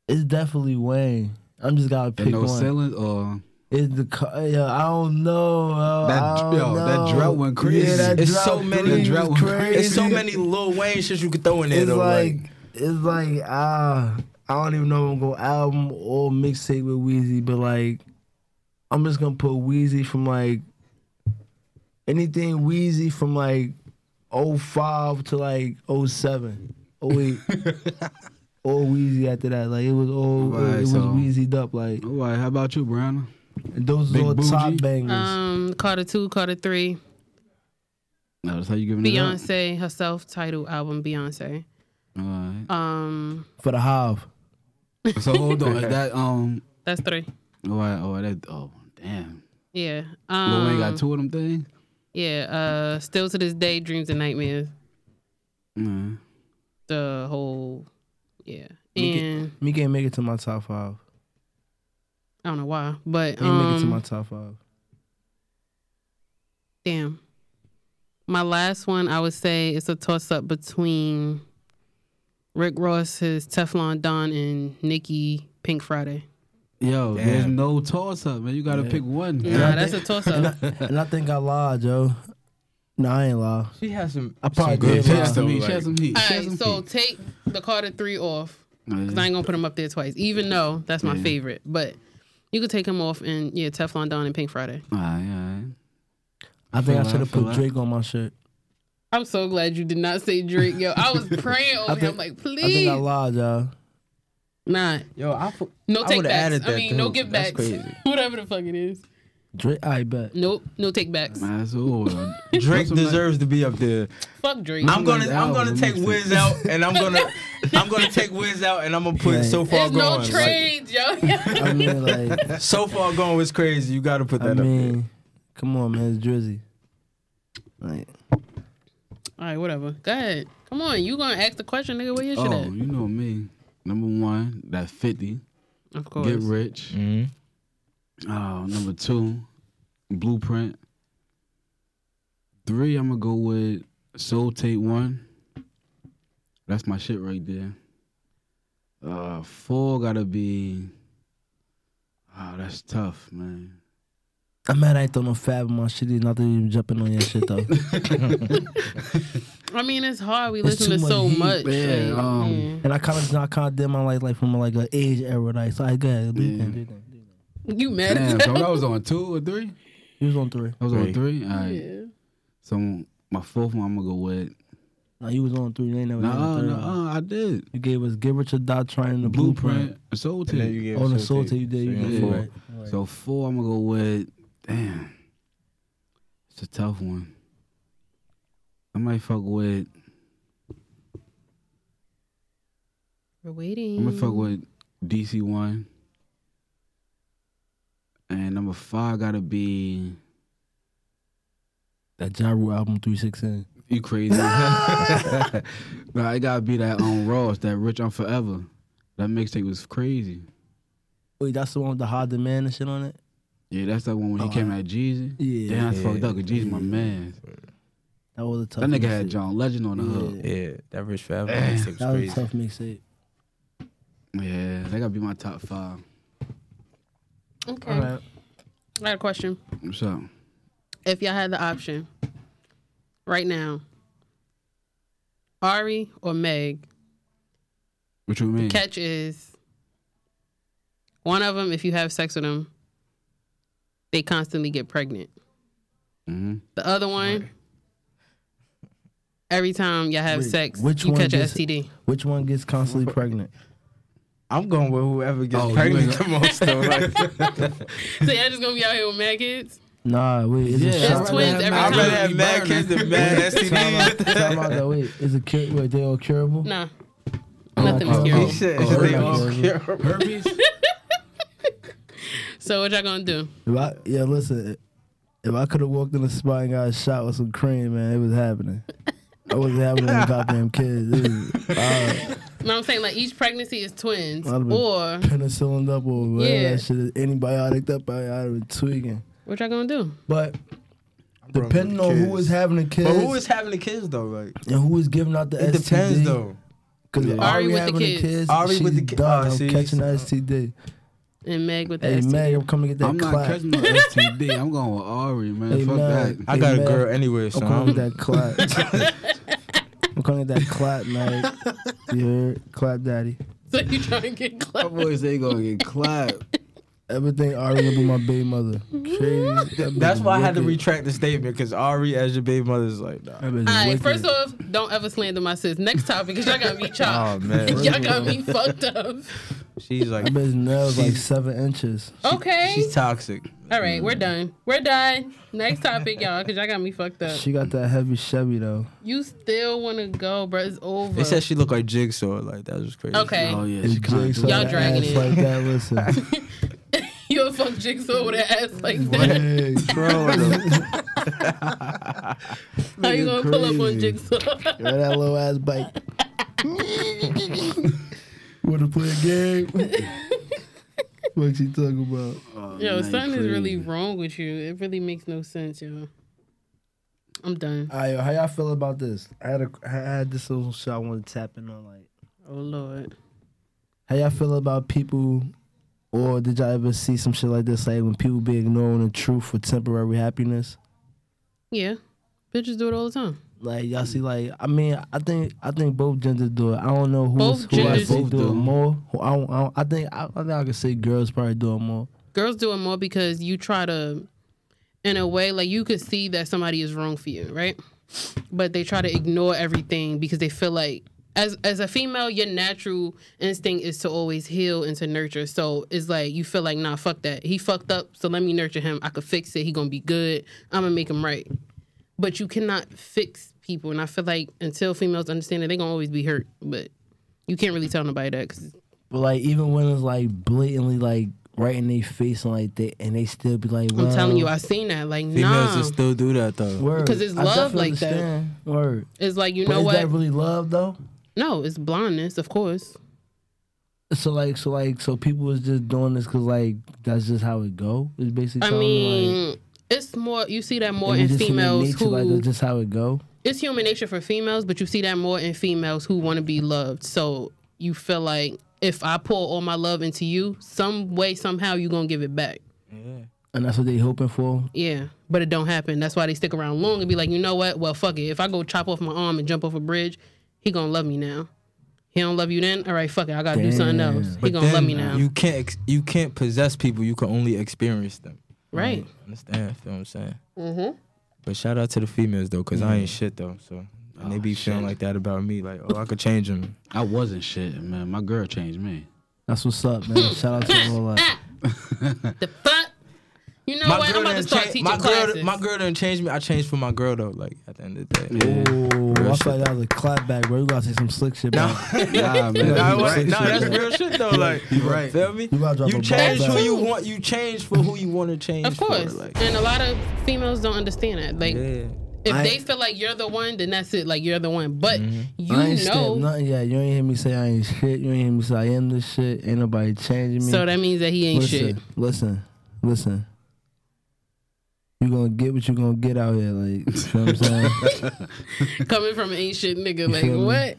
Speaker 1: it's definitely Wayne. I'm just gotta pick
Speaker 2: And no
Speaker 1: one.
Speaker 2: ceilings or
Speaker 1: It's the co- yeah, I don't know. uh,
Speaker 2: That-
Speaker 1: I don't
Speaker 2: yo, that
Speaker 1: know.
Speaker 2: drought went crazy.
Speaker 1: Yeah, that
Speaker 4: It's
Speaker 1: drought
Speaker 4: so many-
Speaker 1: crazy,
Speaker 4: that
Speaker 2: drought
Speaker 1: was
Speaker 2: went
Speaker 1: crazy.
Speaker 2: crazy.
Speaker 4: It's so many Lil Wayne shit you could throw in there
Speaker 1: It's
Speaker 4: though.
Speaker 1: like
Speaker 4: like
Speaker 1: it's like ah, I don't even know if I'm gonna go album or mixtape with Wheezy, but like I'm just gonna put Wheezy from like anything Wheezy from like 05 to like 07, 08. All Wheezy after that, like it was all
Speaker 2: Right,
Speaker 1: it was
Speaker 2: so-
Speaker 1: Wheezied up, like
Speaker 2: all right. How about you, Brianna?
Speaker 1: and those
Speaker 2: Big
Speaker 1: was all top
Speaker 2: Bougie?
Speaker 1: bangers.
Speaker 3: Um, Carter two, Carter three,
Speaker 2: No, that's how you giving it up.
Speaker 3: Beyonce herself title album Beyonce.
Speaker 2: All right.
Speaker 3: Um,
Speaker 1: for the Hive.
Speaker 2: So hold on. Is that um?
Speaker 3: that's three.
Speaker 2: All right. All right. That, oh damn.
Speaker 3: Yeah.
Speaker 2: Lil
Speaker 3: Um,
Speaker 2: Wayne got two of them things.
Speaker 3: Yeah. Uh, still to this day, dreams and nightmares.
Speaker 2: Nah.
Speaker 3: The whole, yeah.
Speaker 1: Make it-
Speaker 3: And
Speaker 1: Me can't make it to my top five.
Speaker 3: I don't know why, but
Speaker 1: Can't make it to
Speaker 3: um,
Speaker 1: my top five.
Speaker 3: Damn. My last one, I would say it's a toss up between Rick Ross, his Teflon Don, and Nicki Pink Friday.
Speaker 2: Yo, there's
Speaker 4: Damn.
Speaker 2: no toss up, man. You gotta pick one.
Speaker 3: Nah, that's a toss up.
Speaker 1: and I think I lied, Joe. No, I ain't lie.
Speaker 4: she has some.
Speaker 1: I probably
Speaker 4: good
Speaker 1: did
Speaker 2: She
Speaker 1: lie.
Speaker 2: has
Speaker 4: picks, though.
Speaker 2: some heat. She
Speaker 4: like-
Speaker 2: has some heat.
Speaker 3: All
Speaker 2: She has
Speaker 3: right,
Speaker 2: some
Speaker 3: so
Speaker 2: heat.
Speaker 3: take the Carter 3 off because I
Speaker 2: Alright.
Speaker 3: ain't going to put him up there twice, even though that's my
Speaker 2: Yeah.
Speaker 3: favorite. But you could take him off and, yeah, Teflon Don and Pink Friday.
Speaker 2: All
Speaker 1: I
Speaker 2: right,
Speaker 1: think I
Speaker 2: Feel that,
Speaker 1: should have
Speaker 2: feel
Speaker 1: put
Speaker 2: that.
Speaker 1: Drake on my shirt.
Speaker 3: I'm so glad you did not say Drake. Yo, I was praying over
Speaker 1: think-
Speaker 3: him, like,
Speaker 1: I think
Speaker 3: please.
Speaker 1: I lied, y'all.
Speaker 3: not.
Speaker 4: Yo, I fo-
Speaker 3: No
Speaker 4: I
Speaker 3: take
Speaker 4: would've
Speaker 3: backs.
Speaker 4: added
Speaker 3: I
Speaker 4: that
Speaker 3: mean,
Speaker 4: too.
Speaker 3: no give
Speaker 4: That's
Speaker 3: backs.
Speaker 4: crazy.
Speaker 3: Whatever the fuck it is.
Speaker 1: Drake, I bet.
Speaker 3: Nope, no take backs.
Speaker 2: all right. That's all.
Speaker 4: Drake deserves to be up there.
Speaker 3: Fuck Drake.
Speaker 4: I'm gonna
Speaker 2: Someone's album
Speaker 4: I'm gonna take
Speaker 2: mixtape.
Speaker 4: Wiz out and I'm gonna I'm gonna take Wiz out and I'm gonna put
Speaker 1: Yeah.
Speaker 4: so far
Speaker 3: There's
Speaker 4: gone.
Speaker 3: no
Speaker 4: Like,
Speaker 3: trades, yo.
Speaker 1: I mean, like,
Speaker 4: so far gone was crazy. You gotta put that
Speaker 1: I
Speaker 4: up there.
Speaker 1: mean, come on, man, it's Drizzy. Like,
Speaker 3: All right, whatever. Go ahead. Come on, you gonna ask the question, nigga? Where your shit
Speaker 2: Oh, you know me. Number one, that fifty.
Speaker 3: at? Of course.
Speaker 2: Get rich.
Speaker 4: Mm-hmm.
Speaker 2: Oh, number two, blueprint. Three, I'm gonna go with Soul Tape One. That's my shit right there. Uh, four gotta be. Oh, that's tough, man.
Speaker 1: I'm mad I ain't throw no fab on my shit. There's nothing even jumping on your shit though.
Speaker 3: I mean, it's hard. We
Speaker 1: It's
Speaker 3: listen to
Speaker 1: too much
Speaker 3: so
Speaker 1: heat,
Speaker 3: much.
Speaker 2: man.
Speaker 3: like,
Speaker 2: Um,
Speaker 1: and I kind of, I kind of did my life like from like an age era. Like, so I got it. Do your
Speaker 2: Yeah.
Speaker 1: thing, do your thing, do your thing.
Speaker 3: yeah. you mad?
Speaker 2: Damn,
Speaker 3: At
Speaker 2: so I was on two or three.
Speaker 1: He was on three.
Speaker 2: I was on three. All right.
Speaker 3: yeah.
Speaker 2: So my fourth one, I'm gonna go with.
Speaker 1: No, you was on three. You ain't never did
Speaker 2: No,
Speaker 1: a third one.
Speaker 2: no, I did.
Speaker 1: You gave us Give Rich or Die Trying the
Speaker 2: Blueprint,
Speaker 1: Blueprint.
Speaker 2: Soul
Speaker 4: And then
Speaker 2: Tape.
Speaker 4: you gave
Speaker 1: On the
Speaker 4: Soul
Speaker 1: soul
Speaker 4: Tape.
Speaker 1: tape, you did. You
Speaker 4: So
Speaker 1: did
Speaker 4: you
Speaker 2: on
Speaker 1: right. right.
Speaker 2: So four, I'm gonna go with. Damn, it's a tough one. I might fuck with.
Speaker 3: We're
Speaker 2: I'm
Speaker 3: waiting.
Speaker 2: gonna fuck with DC one. And number five gotta be.
Speaker 1: That Ja Rule album, 316.
Speaker 2: You crazy? no, it gotta be that on Ross, that Rich on Forever. That mixtape was crazy.
Speaker 1: Wait, that's the one with the high demand and shit on it?
Speaker 2: Yeah, that's that one when he
Speaker 1: Oh,
Speaker 2: came at Jeezy.
Speaker 1: Yeah.
Speaker 2: Damn, that's
Speaker 4: Yeah.
Speaker 2: fucked up. Cause Jeezy, my man.
Speaker 1: That was a tough
Speaker 2: That nigga had
Speaker 1: mixtape.
Speaker 2: John Legend on the hook.
Speaker 1: Yeah.
Speaker 4: Yeah, that Rich Forever
Speaker 2: Damn.
Speaker 4: mixtape
Speaker 1: That was
Speaker 4: was
Speaker 1: a
Speaker 4: crazy.
Speaker 1: tough mixtape.
Speaker 2: Yeah, that gotta be my top five.
Speaker 3: Okay. I got a question.
Speaker 2: What's up?
Speaker 3: If y'all had the option right now, Ari or Meg,
Speaker 2: What you
Speaker 1: Mm.
Speaker 2: mean?
Speaker 3: catch is one of them. If you have sex with them, they constantly get pregnant.
Speaker 2: hmm
Speaker 3: The other one, every time y'all have
Speaker 1: Wait,
Speaker 3: sex,
Speaker 1: which
Speaker 3: you
Speaker 1: one
Speaker 3: catch an
Speaker 1: does-
Speaker 3: STD.
Speaker 1: Which one gets constantly pregnant?
Speaker 4: I'm going with whoever gets
Speaker 2: Oh, you
Speaker 4: pregnant
Speaker 2: ain't-
Speaker 4: the most though. Like,
Speaker 3: so y'all just gonna be out here with mad kids?
Speaker 1: Nah, wait, is
Speaker 2: Yeah,
Speaker 1: it
Speaker 3: It's
Speaker 1: shot?
Speaker 2: I'd rather
Speaker 3: twins
Speaker 2: have
Speaker 3: every
Speaker 2: Mac
Speaker 4: I'd rather
Speaker 3: time.
Speaker 4: have mad kids than mad STDs.
Speaker 1: Time out though, wait, is it cure? Wait, they all curable?
Speaker 3: Nah,
Speaker 2: Oh,
Speaker 3: nothing
Speaker 2: oh,
Speaker 3: was
Speaker 2: oh.
Speaker 3: curable.
Speaker 4: Shit,
Speaker 2: Oh,
Speaker 4: they
Speaker 2: herpes.
Speaker 4: all cure.
Speaker 2: Herpes?
Speaker 1: oh.
Speaker 3: So what y'all gonna do?
Speaker 1: If I, yeah, listen, if I could have walked in the spot and got a shot with some cream, man, it was happening. I was happening with goddamn kids. It was uh,
Speaker 3: No, I'm saying like each pregnancy is twins,
Speaker 1: I'd've been-
Speaker 3: or
Speaker 1: penicillin up or whatever
Speaker 3: Yeah.
Speaker 1: that shit is. Antibiotic up, I, I'd have been tweaking.
Speaker 3: What y'all gonna do?
Speaker 1: But depending on who is having the kids
Speaker 4: But who is having the kids though? Like
Speaker 1: and who is giving out the
Speaker 4: it
Speaker 1: STD,
Speaker 4: depends though.
Speaker 1: Because
Speaker 4: Yeah.
Speaker 1: if
Speaker 3: Ari
Speaker 1: Ari,
Speaker 3: with the
Speaker 1: having the
Speaker 3: kids.
Speaker 1: kids,
Speaker 4: Ari
Speaker 1: she's
Speaker 4: with the ki-
Speaker 1: done.
Speaker 4: oh,
Speaker 1: I'm
Speaker 4: see,
Speaker 1: catching the
Speaker 4: so-
Speaker 1: STD.
Speaker 3: And Meg with the
Speaker 1: Hey,
Speaker 3: STD.
Speaker 1: Meg, I'm coming to get that
Speaker 2: I'm not
Speaker 1: clap.
Speaker 2: catching no STD. I'm going with Ari, man.
Speaker 1: Hey,
Speaker 2: Fuck
Speaker 1: man.
Speaker 2: that.
Speaker 4: I
Speaker 1: Hey,
Speaker 4: got
Speaker 1: man.
Speaker 4: a girl anyway, so
Speaker 1: I'm coming
Speaker 4: I'm,
Speaker 1: with that clap. I'm coming with that clap, Meg. You heard? Clap, daddy.
Speaker 3: So you trying to get
Speaker 2: My
Speaker 3: close?
Speaker 2: boys ain't gonna get clapped.
Speaker 1: Everything Ari gonna be my baby mother. Crazy. That
Speaker 4: that's
Speaker 1: bitch
Speaker 4: why I had to
Speaker 1: wicked.
Speaker 4: retract the statement because Ari, as your baby mother, is like, nah.
Speaker 1: That bitch
Speaker 3: All right,
Speaker 1: wicked.
Speaker 3: first off, don't ever slander my sis. Next topic, because y'all got me
Speaker 4: Oh
Speaker 3: chopped.
Speaker 4: man,
Speaker 3: y'all got me fucked up.
Speaker 4: she's like,
Speaker 1: that bitch nails like
Speaker 4: She's-
Speaker 1: seven inches.
Speaker 3: Okay.
Speaker 4: she's toxic.
Speaker 3: All right, we're done. We're done. Next topic, y'all, because y'all got me fucked up.
Speaker 1: She got that heavy Chevy though.
Speaker 3: You still want to go, bro. It's over.
Speaker 4: They said she looked like Jigsaw. Like that was crazy.
Speaker 3: okay.
Speaker 2: Oh yeah,
Speaker 1: If
Speaker 2: she kinda
Speaker 1: Jake
Speaker 2: do
Speaker 1: saw
Speaker 3: Y'all
Speaker 1: that
Speaker 3: dragging
Speaker 1: ass
Speaker 3: it.
Speaker 1: like that. Listen,
Speaker 3: You'll fuck Jigsaw with an ass like that.
Speaker 1: Hey,
Speaker 4: Bro, the-
Speaker 3: How you going to pull up on
Speaker 1: crazy.
Speaker 3: Jigsaw?
Speaker 1: Ride that little ass bike. Wanna play a game? what you talking about?
Speaker 2: Oh,
Speaker 3: Yo,
Speaker 2: man,
Speaker 3: something is
Speaker 2: crazy.
Speaker 3: really wrong with you. It really makes no sense, yo. I'm done.
Speaker 1: Alright, yo, how y'all feel about this? I had a, I had this little shit I wanted to tap in on. Like,
Speaker 3: Oh Lord.
Speaker 1: how y'all feel about people? Or did y'all ever see some shit like this? Like when people be ignoring the truth for temporary happiness?
Speaker 3: Yeah, bitches do it all the time.
Speaker 1: Like y'all see, like I mean, I think I think both genders do it. I don't know who
Speaker 3: Both
Speaker 1: who I
Speaker 3: genders.
Speaker 1: see
Speaker 2: Both
Speaker 1: do
Speaker 2: do.
Speaker 1: it more. Who- I don't, I, don't, I think I, I think I could say girls probably do it more.
Speaker 3: Girls do it more because you try to, in a way, like you could see that somebody is wrong for you, right? But they try to ignore everything because they feel like, as as a female, your natural instinct is to always heal and to nurture. So it's like you feel like, nah, fuck that. He fucked up, so let me nurture him. I could fix it. He gonna be good. I'm gonna make him right. But you cannot fix people, and I feel like until females understand it, they gonna always be hurt. But you can't really tell nobody that because
Speaker 1: But like even when it's like blatantly like right in their face and like they and they still be like,
Speaker 3: I'm
Speaker 1: well,
Speaker 3: telling you, I seen that. Like,
Speaker 4: females
Speaker 3: nah,
Speaker 4: just still do that though.
Speaker 1: word.
Speaker 3: 'Cause it's
Speaker 1: I
Speaker 3: love
Speaker 1: definitely
Speaker 3: like that.
Speaker 1: understand. Word.
Speaker 3: it's like you
Speaker 1: but
Speaker 3: know
Speaker 1: is
Speaker 3: what?
Speaker 1: that really love though?
Speaker 3: No, it's blindness, of course.
Speaker 1: So like so like so people was just doing this because like that's just how it go. It's basically.
Speaker 3: I
Speaker 1: something, like,
Speaker 3: mean, it's more. You see that more
Speaker 1: and you
Speaker 3: in
Speaker 1: just see the
Speaker 3: females
Speaker 1: nature,
Speaker 3: who.
Speaker 1: like that's just how it go.
Speaker 3: it's human nature for females, but you see that more in females who want to be loved. So you feel like if I pour all my love into you, some way somehow you gonna give it back.
Speaker 1: And that's what they hoping for.
Speaker 3: Yeah, but it don't happen. That's why they stick around long and be like, you know what? Well, fuck it. If I go chop off my arm and jump off a bridge, he gonna love me now. He don't love you then. All right, fuck it. I gotta do something
Speaker 1: Damn.
Speaker 3: else. He
Speaker 4: But
Speaker 3: gonna love
Speaker 4: then
Speaker 3: me now.
Speaker 4: You can't ex- you can't possess people. You can only experience them.
Speaker 3: right.
Speaker 4: Understand? Feel what I'm saying?
Speaker 3: Mm-hmm.
Speaker 4: But shout out to the females though, cause I ain't shit though. So and they be feeling
Speaker 2: shit.
Speaker 4: like that about me. Like oh, I could change them.
Speaker 2: I wasn't shit, man. My girl changed me.
Speaker 1: That's what's up, man. Shout out to all that.
Speaker 3: Ah. The fuck? You know what? I'm about to start teaching
Speaker 4: my
Speaker 3: classes.
Speaker 4: girl, my girl didn't change me. I changed for my girl though. Like at the end of the day.
Speaker 1: Ooh,
Speaker 4: Real
Speaker 1: I
Speaker 4: shit.
Speaker 1: feel like that was a clapback, bro. You gotta say some slick shit, bro.
Speaker 2: Nah, man.
Speaker 4: Nah,
Speaker 1: You
Speaker 4: what-
Speaker 1: right.
Speaker 4: nah, that's real shit though. Like,
Speaker 2: You right.
Speaker 4: Feel me?
Speaker 1: You gotta drop a
Speaker 4: You
Speaker 1: ball
Speaker 4: change
Speaker 1: back.
Speaker 4: who you want. You change for who you want to change.
Speaker 3: of course.
Speaker 4: For, like,
Speaker 3: and a lot of females don't understand that. Like,
Speaker 4: yeah.
Speaker 3: if
Speaker 1: I-
Speaker 3: they feel like you're the one, then that's it. Like, you're the one. But
Speaker 4: Mm-hmm.
Speaker 1: I ain't
Speaker 3: you
Speaker 1: said
Speaker 3: know.
Speaker 1: nothing yet. You ain't hear me say I ain't shit. You ain't hear me say I am this shit. Ain't nobody changing me.
Speaker 3: So that means that he ain't
Speaker 1: listen,
Speaker 3: shit.
Speaker 1: listen, listen. You gonna get what you gonna get out here, like you know what I'm saying.
Speaker 3: Coming from an ain't shit nigga. Like,
Speaker 1: feel me?
Speaker 3: what?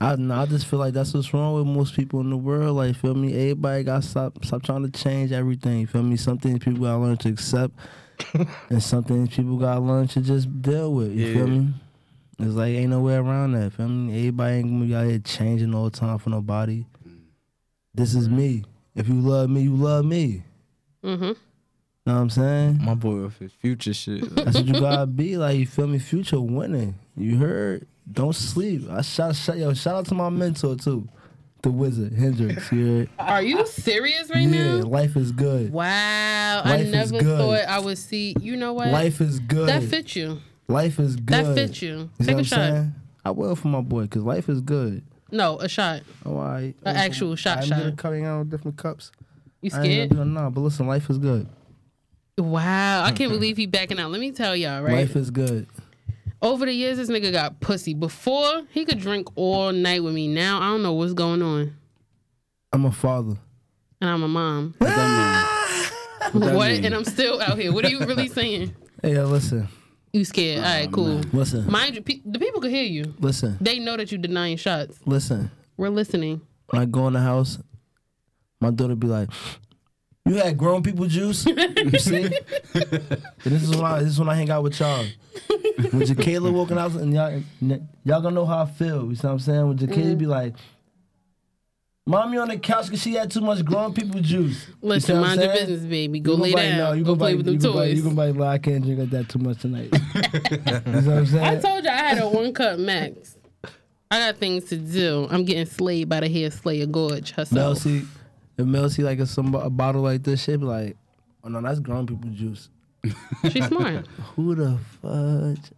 Speaker 1: I no, I just feel like that's what's wrong with most people in the world. Like, feel me? Everybody got to stop stop trying to change everything. Feel me? Some things people gotta learn to accept, and some things people gotta learn to just deal with. You feel
Speaker 4: Yeah.
Speaker 1: me? It's like ain't no way around that. Feel me? Everybody ain't gonna be out here changing all the time for nobody. This is me. If you love me, you love me.
Speaker 3: Mm-hmm.
Speaker 1: Know what I'm saying?
Speaker 4: My boy with his future shit. like,
Speaker 1: That's what you gotta be like. You feel me? Future winning. You heard? Don't sleep. I shout, shout yo shout out to my mentor too, the wizard Hendrix. You heard?
Speaker 3: Are you serious right
Speaker 1: Yeah,
Speaker 3: now?
Speaker 1: life is good.
Speaker 3: Wow.
Speaker 1: Life
Speaker 3: I
Speaker 1: is
Speaker 3: never
Speaker 1: good.
Speaker 3: thought I would see. You know what?
Speaker 1: Life is good.
Speaker 3: that fits you.
Speaker 1: life is good.
Speaker 3: That fits you.
Speaker 1: You know
Speaker 3: Take
Speaker 1: what
Speaker 3: a
Speaker 1: I'm
Speaker 3: shot.
Speaker 1: saying? I will for my boy because life is good.
Speaker 3: No, a shot.
Speaker 1: Oh, all right.
Speaker 3: An actual shot,
Speaker 1: I'm
Speaker 3: shot.
Speaker 1: gonna coming out with different cups.
Speaker 3: You
Speaker 1: I ain't
Speaker 3: scared?
Speaker 1: gonna do no, but listen, life is good.
Speaker 3: Wow. I can't believe he backing out. Let me tell y'all, right?
Speaker 1: Life is good.
Speaker 3: Over the years, this nigga got pussy. Before, he could drink all night with me. Now, I don't know what's going on.
Speaker 1: I'm a father.
Speaker 3: And I'm a mom.
Speaker 2: What that that
Speaker 3: What?
Speaker 2: mean?
Speaker 3: And I'm still out here. What are you really saying?
Speaker 1: Hey, yo, listen,
Speaker 3: You scared? All
Speaker 1: Oh,
Speaker 3: right, cool.
Speaker 1: listen,
Speaker 3: Mind you, pe- the people could hear you.
Speaker 1: listen,
Speaker 3: They know that you denying shots.
Speaker 1: listen.
Speaker 3: We're listening.
Speaker 1: When I go in the house, my daughter be like, "You had grown people juice, you see." and this is when I this is when I hang out with y'all. When Jacayla walking out, and y'all and y'all gonna know how I feel. You see what I'm saying? When
Speaker 3: Mm.
Speaker 1: Jacayla be like. Mommy on the couch because she had too much grown people juice. You see
Speaker 3: Listen,
Speaker 1: what I'm
Speaker 3: mind your
Speaker 1: saying?
Speaker 3: business, baby. Go
Speaker 1: You
Speaker 3: lay
Speaker 1: gonna be like,
Speaker 3: down.
Speaker 1: No, you
Speaker 3: Go
Speaker 1: gonna
Speaker 3: play
Speaker 1: be-
Speaker 3: with them
Speaker 1: you gonna be-
Speaker 3: toys.
Speaker 1: You gonna be like, "Well, I can't drink that too much tonight. you know what I'm saying?
Speaker 3: I told you I had a one cup max. I got things to do. I'm getting slayed by the hair slayer gorge
Speaker 1: Mel
Speaker 3: herself.
Speaker 1: C, if Mel C like a, some a bottle like this, shit be like, oh no, that's grown people juice.
Speaker 3: She's smart.
Speaker 1: Who the fudge?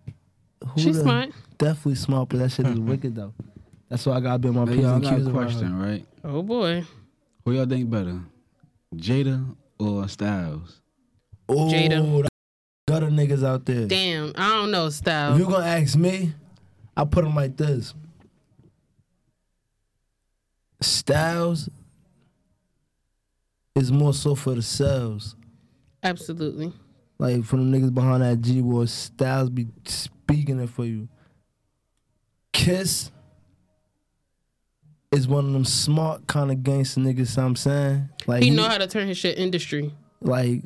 Speaker 1: Who
Speaker 3: She's
Speaker 1: the-
Speaker 3: smart.
Speaker 1: Definitely smart, but that shit is wicked though. That's why I gotta be on my
Speaker 2: Now,
Speaker 1: p's
Speaker 2: y'all
Speaker 1: and
Speaker 2: got
Speaker 1: q's.
Speaker 2: a
Speaker 1: around her.
Speaker 2: question, right?
Speaker 3: Oh boy.
Speaker 2: Who y'all think better, Jada or Styles?
Speaker 1: Oh,
Speaker 3: Jada.
Speaker 1: the gutter niggas out there.
Speaker 3: Damn. I don't know
Speaker 1: If
Speaker 3: style.
Speaker 1: you gonna ask me, I put them like this. Styles is more so for the cells.
Speaker 3: Absolutely.
Speaker 1: Like for them niggas behind that G War, Styles be speaking it for you. Kiss is one of them smart kind of gangster niggas, so I'm saying. Like
Speaker 3: He know how to turn his shit industry.
Speaker 1: like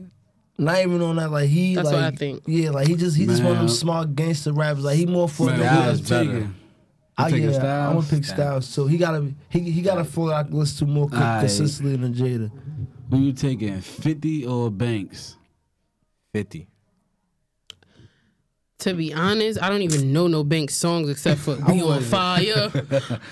Speaker 1: not even on that, like he
Speaker 3: That's
Speaker 1: like
Speaker 3: what I think.
Speaker 1: Yeah, like he just he just one of them
Speaker 2: Man.
Speaker 1: smart gangster rappers. Like he more for
Speaker 2: Man,
Speaker 1: the
Speaker 2: who
Speaker 4: Styles
Speaker 2: else
Speaker 4: is better.
Speaker 2: taking?
Speaker 1: I,
Speaker 2: taking
Speaker 1: yeah, I'm gonna
Speaker 2: Styles?
Speaker 1: pick Styles. So he gotta he he gotta follow I can listen to more co-
Speaker 2: Aight.
Speaker 1: consistently than Jada.
Speaker 2: Who you taking, Fifty or Banks?
Speaker 4: 50.
Speaker 3: To be honest, I don't even know no Banks songs except for We on Fire,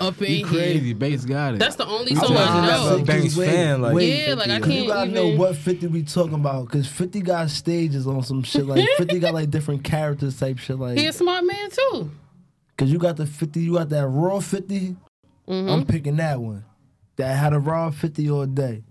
Speaker 3: Up
Speaker 2: He
Speaker 3: in Here.
Speaker 2: crazy. Banks got it.
Speaker 3: That's the only
Speaker 1: I
Speaker 3: song
Speaker 1: wasn't
Speaker 3: I
Speaker 1: ever
Speaker 3: know.
Speaker 1: a
Speaker 4: Banks
Speaker 1: Wait,
Speaker 4: fan, like-
Speaker 1: wait,
Speaker 3: Yeah, like I
Speaker 1: 'Cause you
Speaker 3: can't
Speaker 1: gotta know
Speaker 3: even-
Speaker 1: what 50 we talking about. Cause 50 got stages on some shit. Like 50 got like different characters type shit. Like,
Speaker 3: He a smart man too.
Speaker 1: cause you got the 50, you got that raw 50.
Speaker 3: Mm-hmm.
Speaker 1: I'm picking that one. That had a raw 50 all day.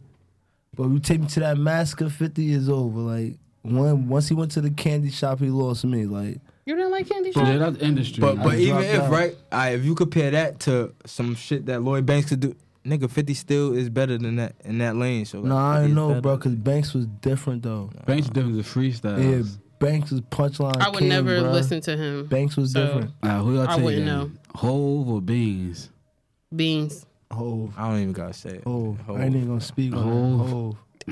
Speaker 1: But you take me to that masker 50 is over. Like, when, once he went to the candy shop, he lost me. Like,
Speaker 3: You didn't like Candy
Speaker 2: yeah,
Speaker 3: Shop?
Speaker 2: that's industry.
Speaker 4: But but
Speaker 1: I
Speaker 4: even
Speaker 1: dropped
Speaker 4: if
Speaker 1: out.
Speaker 4: right, I, if you compare that to some shit that Lloyd Banks could do, nigga, Fifty still is better than that in that lane. So like,
Speaker 1: no, I
Speaker 4: 50
Speaker 1: don't
Speaker 4: is
Speaker 1: know,
Speaker 4: better.
Speaker 1: bro, cause Banks was different though.
Speaker 2: Banks is different than
Speaker 1: Yeah,
Speaker 2: freestyles.
Speaker 1: Banks was punchline.
Speaker 3: I would
Speaker 1: king,
Speaker 3: never
Speaker 1: bruh.
Speaker 3: listen to him.
Speaker 1: Banks was
Speaker 3: So-
Speaker 1: different.
Speaker 2: Nah, who y'all
Speaker 3: I
Speaker 2: taking?
Speaker 3: wouldn't know.
Speaker 2: Hove or Beans?
Speaker 3: Beans.
Speaker 1: Hove.
Speaker 4: I don't even gotta say it.
Speaker 1: Hove.
Speaker 4: Hov.
Speaker 1: Oh, I ain't even gonna speak on
Speaker 2: Hov.
Speaker 1: it.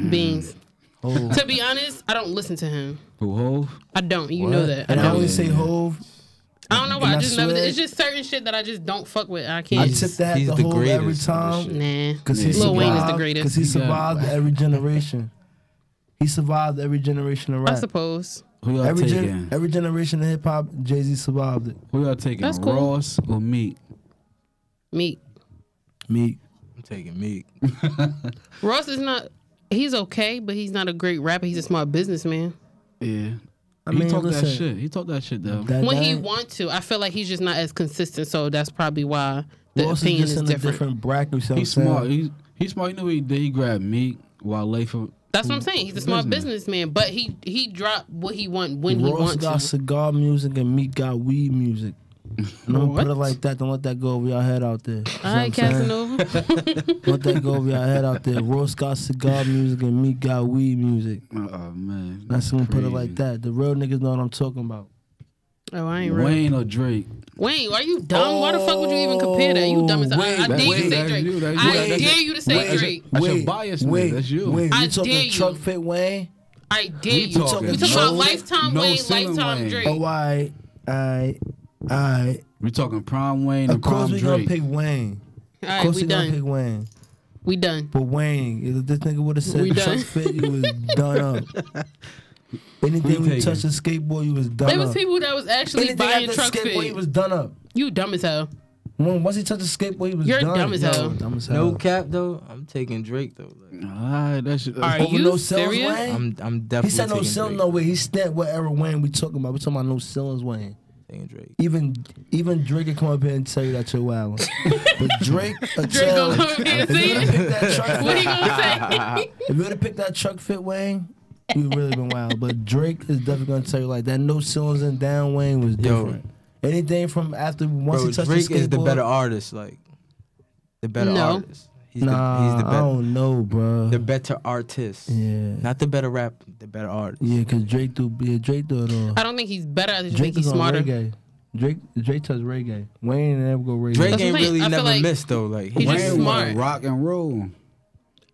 Speaker 1: Hove.
Speaker 3: Beans.
Speaker 1: Hove.
Speaker 3: To be honest, I don't listen to him.
Speaker 2: Who Hove?
Speaker 3: I don't. You know that. I
Speaker 1: And I
Speaker 3: don't.
Speaker 1: only say Hove.
Speaker 3: I don't know why.
Speaker 1: And
Speaker 3: I
Speaker 1: I
Speaker 3: just never.
Speaker 1: swear-
Speaker 3: It's just certain shit that I just don't fuck with. I
Speaker 1: I
Speaker 3: can't.
Speaker 1: tip that
Speaker 4: he's
Speaker 1: the
Speaker 4: the
Speaker 1: Hove every
Speaker 4: greatest of this
Speaker 1: time
Speaker 4: shit.
Speaker 3: nah.
Speaker 1: because he
Speaker 3: Lil Wayne is the
Speaker 1: survived.
Speaker 3: greatest.
Speaker 1: Because he
Speaker 2: He got it.
Speaker 1: survived every generation. He survived every generation of
Speaker 3: I
Speaker 1: rap.
Speaker 3: suppose.
Speaker 2: Who y'all
Speaker 1: Every
Speaker 2: taking?
Speaker 1: gen- every generation of hip hop, Jay Z survived it.
Speaker 2: Who y'all taking?
Speaker 3: That's cool.
Speaker 2: Ross or Meat?
Speaker 3: Meek.
Speaker 1: Me,
Speaker 4: I'm taking Meek.
Speaker 3: Ross is not. He's okay, but he's not a great rapper. He's a smart businessman.
Speaker 2: Yeah.
Speaker 1: I
Speaker 2: he
Speaker 1: mean,
Speaker 2: talked
Speaker 1: listen,
Speaker 2: that shit. He talked that shit though.
Speaker 1: That,
Speaker 3: When he
Speaker 1: that-
Speaker 3: want to, I feel like he's just not as consistent. So that's probably why the
Speaker 1: Ross is
Speaker 3: opinion
Speaker 1: just
Speaker 3: is
Speaker 1: in
Speaker 3: different.
Speaker 1: a different bracket. So
Speaker 2: He's smart. He's he's smart. You know what he did? He grabbed Meek while oh, late for.
Speaker 3: That's what I'm saying. He's a smart businessman, but he he dropped what he want when he
Speaker 1: Ross
Speaker 3: wants
Speaker 1: got
Speaker 3: to.
Speaker 1: cigar music and Meek got weed music. And I'm gonna put it
Speaker 3: What?
Speaker 1: like that. Don't let that go over your head out there. You see
Speaker 3: All
Speaker 1: what I'm
Speaker 3: right,
Speaker 1: saying?
Speaker 3: Casanova.
Speaker 1: Let that go over your head out there. Ross got cigar music and me got weed music.
Speaker 2: Oh man,
Speaker 1: That's gonna put it
Speaker 2: crazy.
Speaker 1: like that. The real niggas know what I'm talking about.
Speaker 3: oh, I ain't real.
Speaker 2: Wayne or Drake?
Speaker 3: Wayne, are you dumb? Why the fuck would you even compare that? You dumb as
Speaker 1: Oh, Wayne,
Speaker 3: I, I dare you to
Speaker 1: Wayne,
Speaker 3: say
Speaker 2: that's you,
Speaker 3: Drake.
Speaker 2: that's you,
Speaker 3: I
Speaker 2: that's
Speaker 3: dare
Speaker 2: you.
Speaker 3: you to say
Speaker 2: Wayne, that's
Speaker 3: Drake.
Speaker 2: That's your bias, nigga. That's you.
Speaker 1: Wait,
Speaker 3: I
Speaker 1: you talking
Speaker 3: dare you.
Speaker 1: truck fit Wayne?
Speaker 3: I dare you.
Speaker 2: talking
Speaker 3: we talking about
Speaker 2: no-
Speaker 3: lifetime
Speaker 2: no
Speaker 3: Wayne,
Speaker 2: ceiling
Speaker 3: lifetime
Speaker 2: Wayne.
Speaker 3: Drake.
Speaker 1: Oh, I, I, I.
Speaker 2: We talking prime Wayne
Speaker 1: Of
Speaker 2: and
Speaker 1: course
Speaker 2: prime
Speaker 1: we gonna
Speaker 2: Drake.
Speaker 1: pick Wayne.
Speaker 3: All
Speaker 1: Of
Speaker 3: right,
Speaker 1: course
Speaker 3: we
Speaker 1: we gonna
Speaker 3: done.
Speaker 1: pick Wayne.
Speaker 3: We done.
Speaker 1: But Wayne, if this nigga would have
Speaker 3: We
Speaker 1: said
Speaker 3: done.
Speaker 1: truck fit, you was done up. Anything
Speaker 2: taking?
Speaker 1: you touched a skateboard, you was done
Speaker 3: There
Speaker 1: up.
Speaker 3: was people that was actually
Speaker 1: Anything
Speaker 3: buying
Speaker 1: after
Speaker 3: truck
Speaker 1: skateboard,
Speaker 3: fit.
Speaker 1: you was done up.
Speaker 3: you dumb as hell.
Speaker 1: When- Once he touched the skateboard, he was
Speaker 3: You're
Speaker 1: done.
Speaker 3: dumb as
Speaker 1: Yo,
Speaker 3: hell.
Speaker 1: Dumb as hell.
Speaker 4: No cap though, I'm taking Drake though. Like,
Speaker 2: All right, that's your.
Speaker 3: All right. Are
Speaker 1: Over
Speaker 3: you
Speaker 1: no sales,
Speaker 3: serious?
Speaker 1: Wayne?
Speaker 4: I'm I'm definitely
Speaker 1: He said no
Speaker 4: taking
Speaker 1: ceilings,
Speaker 4: Drake.
Speaker 1: no way. He snapped whatever Wayne we talking about. We talking about no ceilings, Wayne.
Speaker 4: Taking Drake.
Speaker 1: Even even Drake can come up here and tell you that you're wild. but Drake, a
Speaker 3: Drake
Speaker 1: tell,
Speaker 3: gonna come here
Speaker 1: if
Speaker 3: and
Speaker 1: you
Speaker 3: see
Speaker 1: would have
Speaker 3: it.
Speaker 1: picked that truck
Speaker 3: What he
Speaker 1: fit,
Speaker 3: gonna say?
Speaker 1: if you would have picked that truck fit, Wayne, you really been wild. But Drake is definitely gonna tell you like that. No ceilings and down Wayne was
Speaker 4: Yo.
Speaker 1: different. Anything from after once
Speaker 4: Bro,
Speaker 1: he touched
Speaker 4: Drake
Speaker 1: the skateboard,
Speaker 4: is the better artist. Like the better
Speaker 3: No.
Speaker 4: artist. He's
Speaker 1: nah,
Speaker 4: the, he's the
Speaker 1: I
Speaker 4: better,
Speaker 1: don't know, bro.
Speaker 4: the better artist.
Speaker 1: yeah,
Speaker 4: Not the better rap, the better artist.
Speaker 1: yeah, cause Drake do yeah, Drake do it all.
Speaker 3: I don't think he's better. I just
Speaker 1: Drake
Speaker 3: think he's
Speaker 1: is on
Speaker 3: smarter.
Speaker 1: reggae. Drake Drake touch reggae. Wayne ain't never go reggae.
Speaker 4: Drake
Speaker 3: That's
Speaker 4: ain't
Speaker 3: what I'm saying.
Speaker 4: really
Speaker 3: I feel
Speaker 4: never
Speaker 3: like
Speaker 4: missed though. Like
Speaker 3: he
Speaker 4: Wayne
Speaker 3: just
Speaker 4: was-
Speaker 3: smart.
Speaker 2: wanna rock and roll.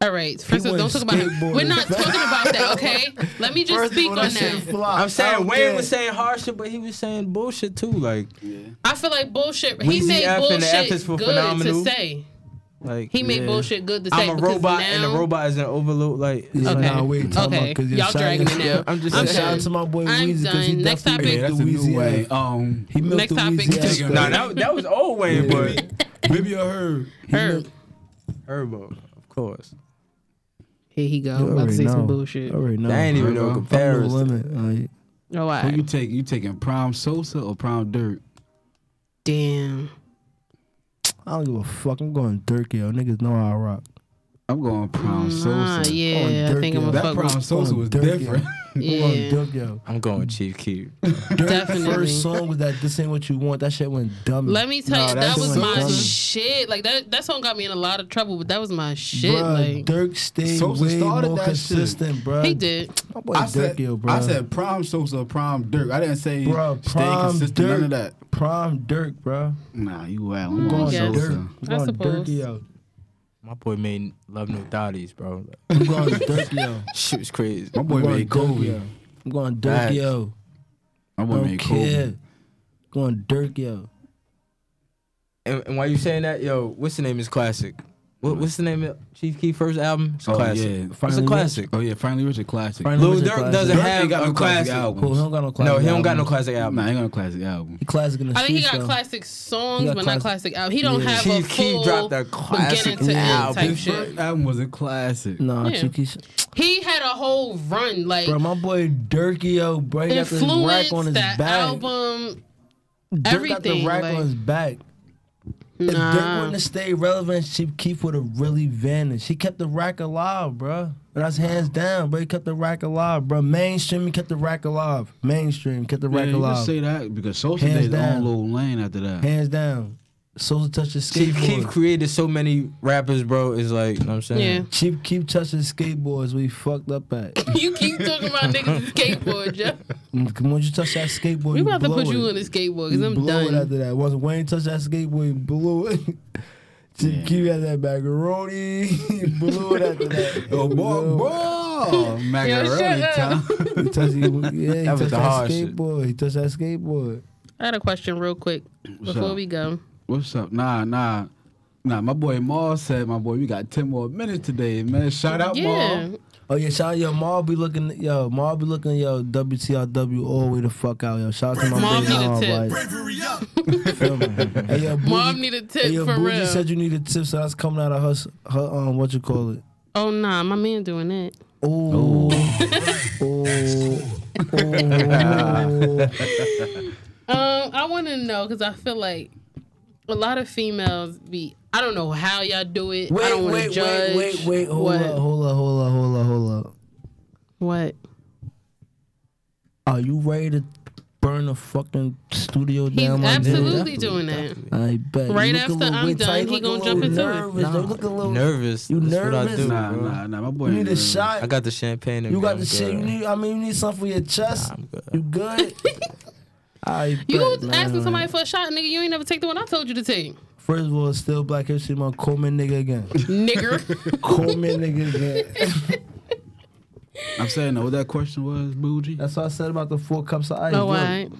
Speaker 3: All right. First of all, don't
Speaker 1: went
Speaker 3: talk about it. We're
Speaker 1: skateboarding.
Speaker 3: not talking about that, okay? Let me just speak on that.
Speaker 4: I'm saying Wayne was saying harsher, but he was saying bullshit too. Like,
Speaker 3: I feel like bullshit. He
Speaker 4: Weezy
Speaker 3: made
Speaker 4: F and the F
Speaker 3: bullshit
Speaker 4: is for
Speaker 3: good
Speaker 4: phenomenal.
Speaker 3: to say.
Speaker 4: like
Speaker 3: He made
Speaker 4: yeah.
Speaker 3: bullshit good to say.
Speaker 4: I'm a
Speaker 3: because
Speaker 4: robot,
Speaker 3: now,
Speaker 4: and the robot is an overload. Like,
Speaker 1: Yeah,
Speaker 3: Okay.
Speaker 1: nah, we ain't talking
Speaker 3: Okay.
Speaker 1: about cause
Speaker 3: Y'all dragging it now.
Speaker 4: I'm just
Speaker 1: I'm
Speaker 4: saying.
Speaker 1: shout out to my boy
Speaker 3: I'm
Speaker 1: Weezy because he
Speaker 3: done. Next
Speaker 1: definitely
Speaker 3: topic.
Speaker 2: Yeah,
Speaker 1: milked
Speaker 2: that's
Speaker 1: the
Speaker 2: a new
Speaker 1: Weezy
Speaker 2: way.
Speaker 1: out.
Speaker 2: Um,
Speaker 1: He milked
Speaker 3: Next
Speaker 1: the
Speaker 3: topic.
Speaker 1: Weezy out,
Speaker 3: Just-
Speaker 1: though.
Speaker 4: nah, that, that was old Wayne, but
Speaker 2: maybe I heard.
Speaker 3: Herb.
Speaker 4: Herbo, of course.
Speaker 3: Here he go.
Speaker 1: You
Speaker 3: about to
Speaker 1: already
Speaker 3: say some
Speaker 1: know.
Speaker 3: bullshit.
Speaker 1: I already know.
Speaker 4: That ain't even
Speaker 2: Herbo.
Speaker 4: no
Speaker 2: I'm no
Speaker 1: I'm
Speaker 4: comparison.
Speaker 1: no limit. Like,
Speaker 3: Oh, all
Speaker 2: Who you
Speaker 3: right.
Speaker 2: taking? You taking Prime Sosa or Prime Dirt?
Speaker 3: Damn.
Speaker 1: I don't give a fuck. I'm going Dirk, yo. Niggas know how I rock.
Speaker 2: I'm going Prime
Speaker 3: Ah,
Speaker 2: Sosa.
Speaker 3: yeah. I
Speaker 1: Dirk,
Speaker 3: think I'm
Speaker 1: yeah.
Speaker 3: going to
Speaker 2: That
Speaker 3: fuck
Speaker 2: Prime
Speaker 3: with
Speaker 2: Sosa was
Speaker 1: Dirk, yeah.
Speaker 2: different.
Speaker 1: I'm going
Speaker 3: Yeah.
Speaker 1: Dirk, yo.
Speaker 4: I'm going Chief Keef.
Speaker 1: Dirk's
Speaker 3: Definitely.
Speaker 1: first song was that "This Ain't What You Want." That shit went dumb.
Speaker 3: Let me tell
Speaker 2: Nah,
Speaker 3: you,
Speaker 2: that
Speaker 3: that
Speaker 2: shit
Speaker 3: was
Speaker 2: went
Speaker 3: my
Speaker 2: dumb.
Speaker 3: shit. Like, that, that song got me in a lot of trouble, but that was my shit.
Speaker 1: Bruh,
Speaker 3: like,
Speaker 1: Dirk stayed
Speaker 2: Sosa
Speaker 1: way
Speaker 2: started
Speaker 1: more
Speaker 2: that
Speaker 1: consistent, bro.
Speaker 3: he did.
Speaker 1: My boy
Speaker 2: I
Speaker 1: Dirk,
Speaker 2: said,
Speaker 1: yo, bro.
Speaker 2: I said Prime Sosa or Prime Dirt. I didn't say
Speaker 1: Bruh,
Speaker 2: stay
Speaker 1: Prime
Speaker 2: consistent. None of that.
Speaker 1: prime Dirk, bro.
Speaker 2: Nah, you out. I'm
Speaker 1: Going
Speaker 2: going
Speaker 3: guess.
Speaker 1: Dirk.
Speaker 2: Sosa.
Speaker 1: I'm
Speaker 3: I
Speaker 1: going Dirk,
Speaker 3: suppose.
Speaker 1: yo.
Speaker 4: My boy made Love No Thotties, bro. Like,
Speaker 1: I'm going Dirk, yo.
Speaker 4: shit was crazy.
Speaker 2: My boy
Speaker 1: I'm going
Speaker 2: made
Speaker 1: Dirk,
Speaker 2: Kobe.
Speaker 1: yo. I'm going Dirk,
Speaker 4: Facts.
Speaker 1: yo.
Speaker 2: My boy
Speaker 1: Don't
Speaker 2: made Kobe.
Speaker 1: care. Going Dirk, yo.
Speaker 4: And, and why you saying that, yo, what's the name is classic? What, what's the name of Chief Keef first album? It's a
Speaker 2: Oh,
Speaker 4: classic.
Speaker 2: yeah.
Speaker 4: It's
Speaker 1: Finally
Speaker 4: a
Speaker 1: Rich.
Speaker 4: classic.
Speaker 2: Oh yeah, finally Richard classic.
Speaker 1: Finally
Speaker 4: Lil
Speaker 1: Richard
Speaker 4: Durk
Speaker 1: classic.
Speaker 4: doesn't
Speaker 2: Dirk
Speaker 4: have
Speaker 2: ain't got
Speaker 4: a
Speaker 2: no classic
Speaker 4: classic
Speaker 2: album.
Speaker 1: Cool, he don't got no classic.
Speaker 4: No, he don't got no
Speaker 1: album.
Speaker 4: classic
Speaker 2: Nah,
Speaker 4: album.
Speaker 2: I ain't got no classic album.
Speaker 1: He classic in the
Speaker 3: I think he
Speaker 1: streets,
Speaker 3: got
Speaker 1: though.
Speaker 3: classic songs,
Speaker 1: He got
Speaker 3: but not
Speaker 1: classic-
Speaker 3: classic album. He don't
Speaker 1: Yeah.
Speaker 3: have
Speaker 4: Chief
Speaker 3: a
Speaker 4: Keef
Speaker 3: full
Speaker 4: dropped a
Speaker 3: beginning
Speaker 4: classic
Speaker 3: to end
Speaker 4: album.
Speaker 3: type
Speaker 2: His
Speaker 3: shit.
Speaker 2: first album was a classic.
Speaker 1: Nah,
Speaker 3: Yeah.
Speaker 1: Chief Keef-
Speaker 3: He had a whole run, like
Speaker 1: Bro, my boy Dirkio, bro, he got this
Speaker 3: influence
Speaker 1: rack on his
Speaker 3: that
Speaker 1: back.
Speaker 3: album.
Speaker 1: Dirk got the
Speaker 3: everything,
Speaker 1: rack
Speaker 3: like-
Speaker 1: on his back. If Dirk
Speaker 3: Nah,
Speaker 1: wouldn't have stayed relevant, Chief Keef would have really vanished. He kept the rack alive, bro. That's hands down, bro. He kept the rack alive, bro. Mainstream, he kept the rack alive. Mainstream, kept the
Speaker 2: Yeah,
Speaker 1: rack
Speaker 2: you can
Speaker 1: alive.
Speaker 2: say that because Sosa
Speaker 1: Hands
Speaker 2: did his
Speaker 1: down.
Speaker 2: own little lane after that.
Speaker 1: hands down. Sosa touched his
Speaker 4: Chief
Speaker 1: skateboard.
Speaker 4: Keef created so many rappers, bro. Is like, you know what I'm saying?
Speaker 1: Chief Keef touched his skateboards. We fucked up at.
Speaker 3: yeah. you keep talking about niggas and skateboard, Jeff.
Speaker 1: Mm, Once you touch that skateboard,
Speaker 3: We
Speaker 1: you
Speaker 3: about to
Speaker 1: blow
Speaker 3: put
Speaker 1: it.
Speaker 3: you on a skateboard because
Speaker 1: You
Speaker 3: I'm
Speaker 1: blow it
Speaker 3: done.
Speaker 1: after that. Once Wayne touched that skateboard, he blew it. Chief
Speaker 2: Yeah.
Speaker 1: Keef had that macaroni. he blew it after that. Yo.
Speaker 2: Oh boy, boy, macaroni
Speaker 3: shut
Speaker 2: time.
Speaker 3: up.
Speaker 1: He touched, he, yeah, he
Speaker 4: That
Speaker 1: touched
Speaker 4: was the
Speaker 1: that
Speaker 4: hard shit.
Speaker 1: skateboard. He touched that skateboard.
Speaker 3: I had a question real quick before
Speaker 2: up?
Speaker 3: we go.
Speaker 2: What's up? Nah, nah, nah. My boy Maul said, my boy, we got ten more minutes today, man. Shout out,
Speaker 3: Yeah,
Speaker 2: Maul.
Speaker 1: Oh yeah, shout out yo, Maul be looking yo, Maul be looking yo, WTRW all the way the fuck out yo. Shout out to my
Speaker 3: Maul
Speaker 1: big
Speaker 3: need a
Speaker 1: dog,
Speaker 3: tip.
Speaker 1: like, feel me? Hey yo,
Speaker 3: mom
Speaker 1: Bougie,
Speaker 3: need a
Speaker 1: hey,
Speaker 3: tip
Speaker 1: yo,
Speaker 3: for
Speaker 1: Bougie
Speaker 3: real.
Speaker 1: said you need a tip, so that's coming out of her, s- her um, what you call it?
Speaker 3: oh nah, my man doing that.
Speaker 1: Oh, oh, oh.
Speaker 3: Um, I want to know because I feel like a lot of females be. I don't know how y'all do it. I
Speaker 1: Wait,
Speaker 3: don't want to
Speaker 1: wait,
Speaker 3: judge.
Speaker 1: wait, wait, wait. Hold
Speaker 3: what?
Speaker 1: up, hold up, hold up, hold up, hold up.
Speaker 3: What?
Speaker 1: Are you ready to burn the fucking studio
Speaker 3: He's
Speaker 1: down? my nigga?
Speaker 3: absolutely doing that.
Speaker 1: I bet.
Speaker 3: Right
Speaker 1: You look a
Speaker 3: after
Speaker 1: little
Speaker 3: I'm
Speaker 1: bit
Speaker 3: done,
Speaker 1: tight,
Speaker 3: he
Speaker 1: look a
Speaker 3: gonna
Speaker 1: little
Speaker 3: jump into it.
Speaker 1: nervous, though. Look a little
Speaker 4: Nervous.
Speaker 1: You
Speaker 4: That's what I
Speaker 1: nervous?
Speaker 4: do,
Speaker 2: Nah,
Speaker 4: bro.
Speaker 2: nah, nah. My boy,
Speaker 1: You need a
Speaker 2: ain't
Speaker 1: shot.
Speaker 4: I got the champagne. in
Speaker 1: you
Speaker 4: me,
Speaker 1: got
Speaker 4: I'm
Speaker 1: the shit. You
Speaker 4: good.
Speaker 1: need. I mean, you need something for your chest.
Speaker 4: I'm good.
Speaker 1: You good? I
Speaker 3: You
Speaker 1: bet,
Speaker 3: was
Speaker 1: man.
Speaker 3: asking somebody for a shot, nigga. You ain't never take the one I told you to take,
Speaker 1: First of all, it's still Black History Month. Coleman nigga again.
Speaker 3: nigga.
Speaker 1: Coleman nigga again.
Speaker 2: I'm saying, no. What that question was, Bougie?
Speaker 1: That's what I said about the four cups of ice.
Speaker 3: oh,
Speaker 1: Look,
Speaker 3: I. I
Speaker 1: Look